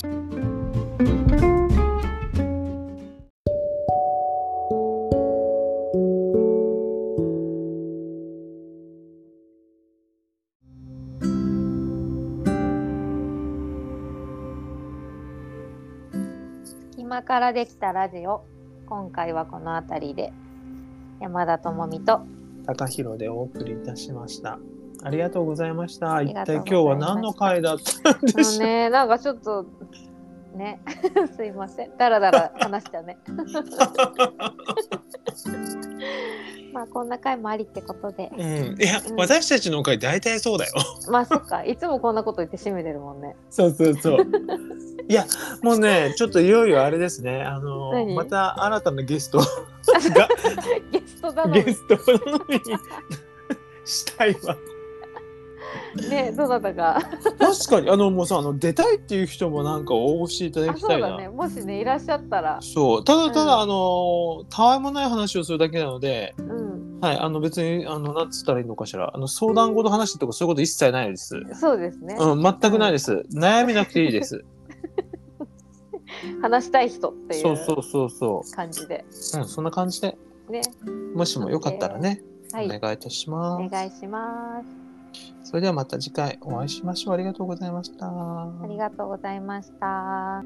[SPEAKER 2] 隙間からできたラジオ今回はこの辺りで山田智美と
[SPEAKER 1] 高弘でお送りいたしましたありがとうございました一
[SPEAKER 2] りがと
[SPEAKER 1] 体今
[SPEAKER 2] うございま
[SPEAKER 1] 日は
[SPEAKER 2] した
[SPEAKER 1] 何の回だったん
[SPEAKER 2] あ
[SPEAKER 1] で
[SPEAKER 2] の
[SPEAKER 1] しょう
[SPEAKER 2] ね、なんかちょっとね、 すいません、だらだら話し たね。まあこんな回もありってことで、
[SPEAKER 1] うん、いや、
[SPEAKER 2] うん
[SPEAKER 1] 私たちの会大体そうだよ。
[SPEAKER 2] まあそっか、いつもこんなこと言って締めてるもんね。
[SPEAKER 1] そうそうそう。いや、もうね、ちょっといよいよあれですね。あの
[SPEAKER 2] 何
[SPEAKER 1] また新たなゲ ストが
[SPEAKER 2] ゲストだの
[SPEAKER 1] ゲ
[SPEAKER 2] に
[SPEAKER 1] ストなのにしたいわ。
[SPEAKER 2] ね、どなたか。
[SPEAKER 1] 確かにあのもうさあの出たいっていう人もなんか応募していただ
[SPEAKER 2] あ、
[SPEAKER 1] き
[SPEAKER 2] そ
[SPEAKER 1] た
[SPEAKER 2] う
[SPEAKER 1] いな。
[SPEAKER 2] だね、もしねいらっしゃったら、
[SPEAKER 1] そうただただ、
[SPEAKER 2] うん
[SPEAKER 1] あのたわいもない話をするだけなので、
[SPEAKER 2] うん、
[SPEAKER 1] はい、あの別にあのなんつったらいいのかしらあの相談事話とかそういうこと一切ないです、
[SPEAKER 2] そうですね、
[SPEAKER 1] うん、全くないです、悩みなくていいです
[SPEAKER 2] 話したい人って い
[SPEAKER 1] そうそううそうそ
[SPEAKER 2] 感じで、
[SPEAKER 1] う、うん、そんな感じで
[SPEAKER 2] ね、
[SPEAKER 1] もしもよかったらね、
[SPEAKER 2] はい、
[SPEAKER 1] お願いいたしま
[SPEAKER 2] お
[SPEAKER 1] す。
[SPEAKER 2] 願いします。
[SPEAKER 1] それではまた次回お会いしましょう。ありがとうございました。
[SPEAKER 2] ありがとうございました。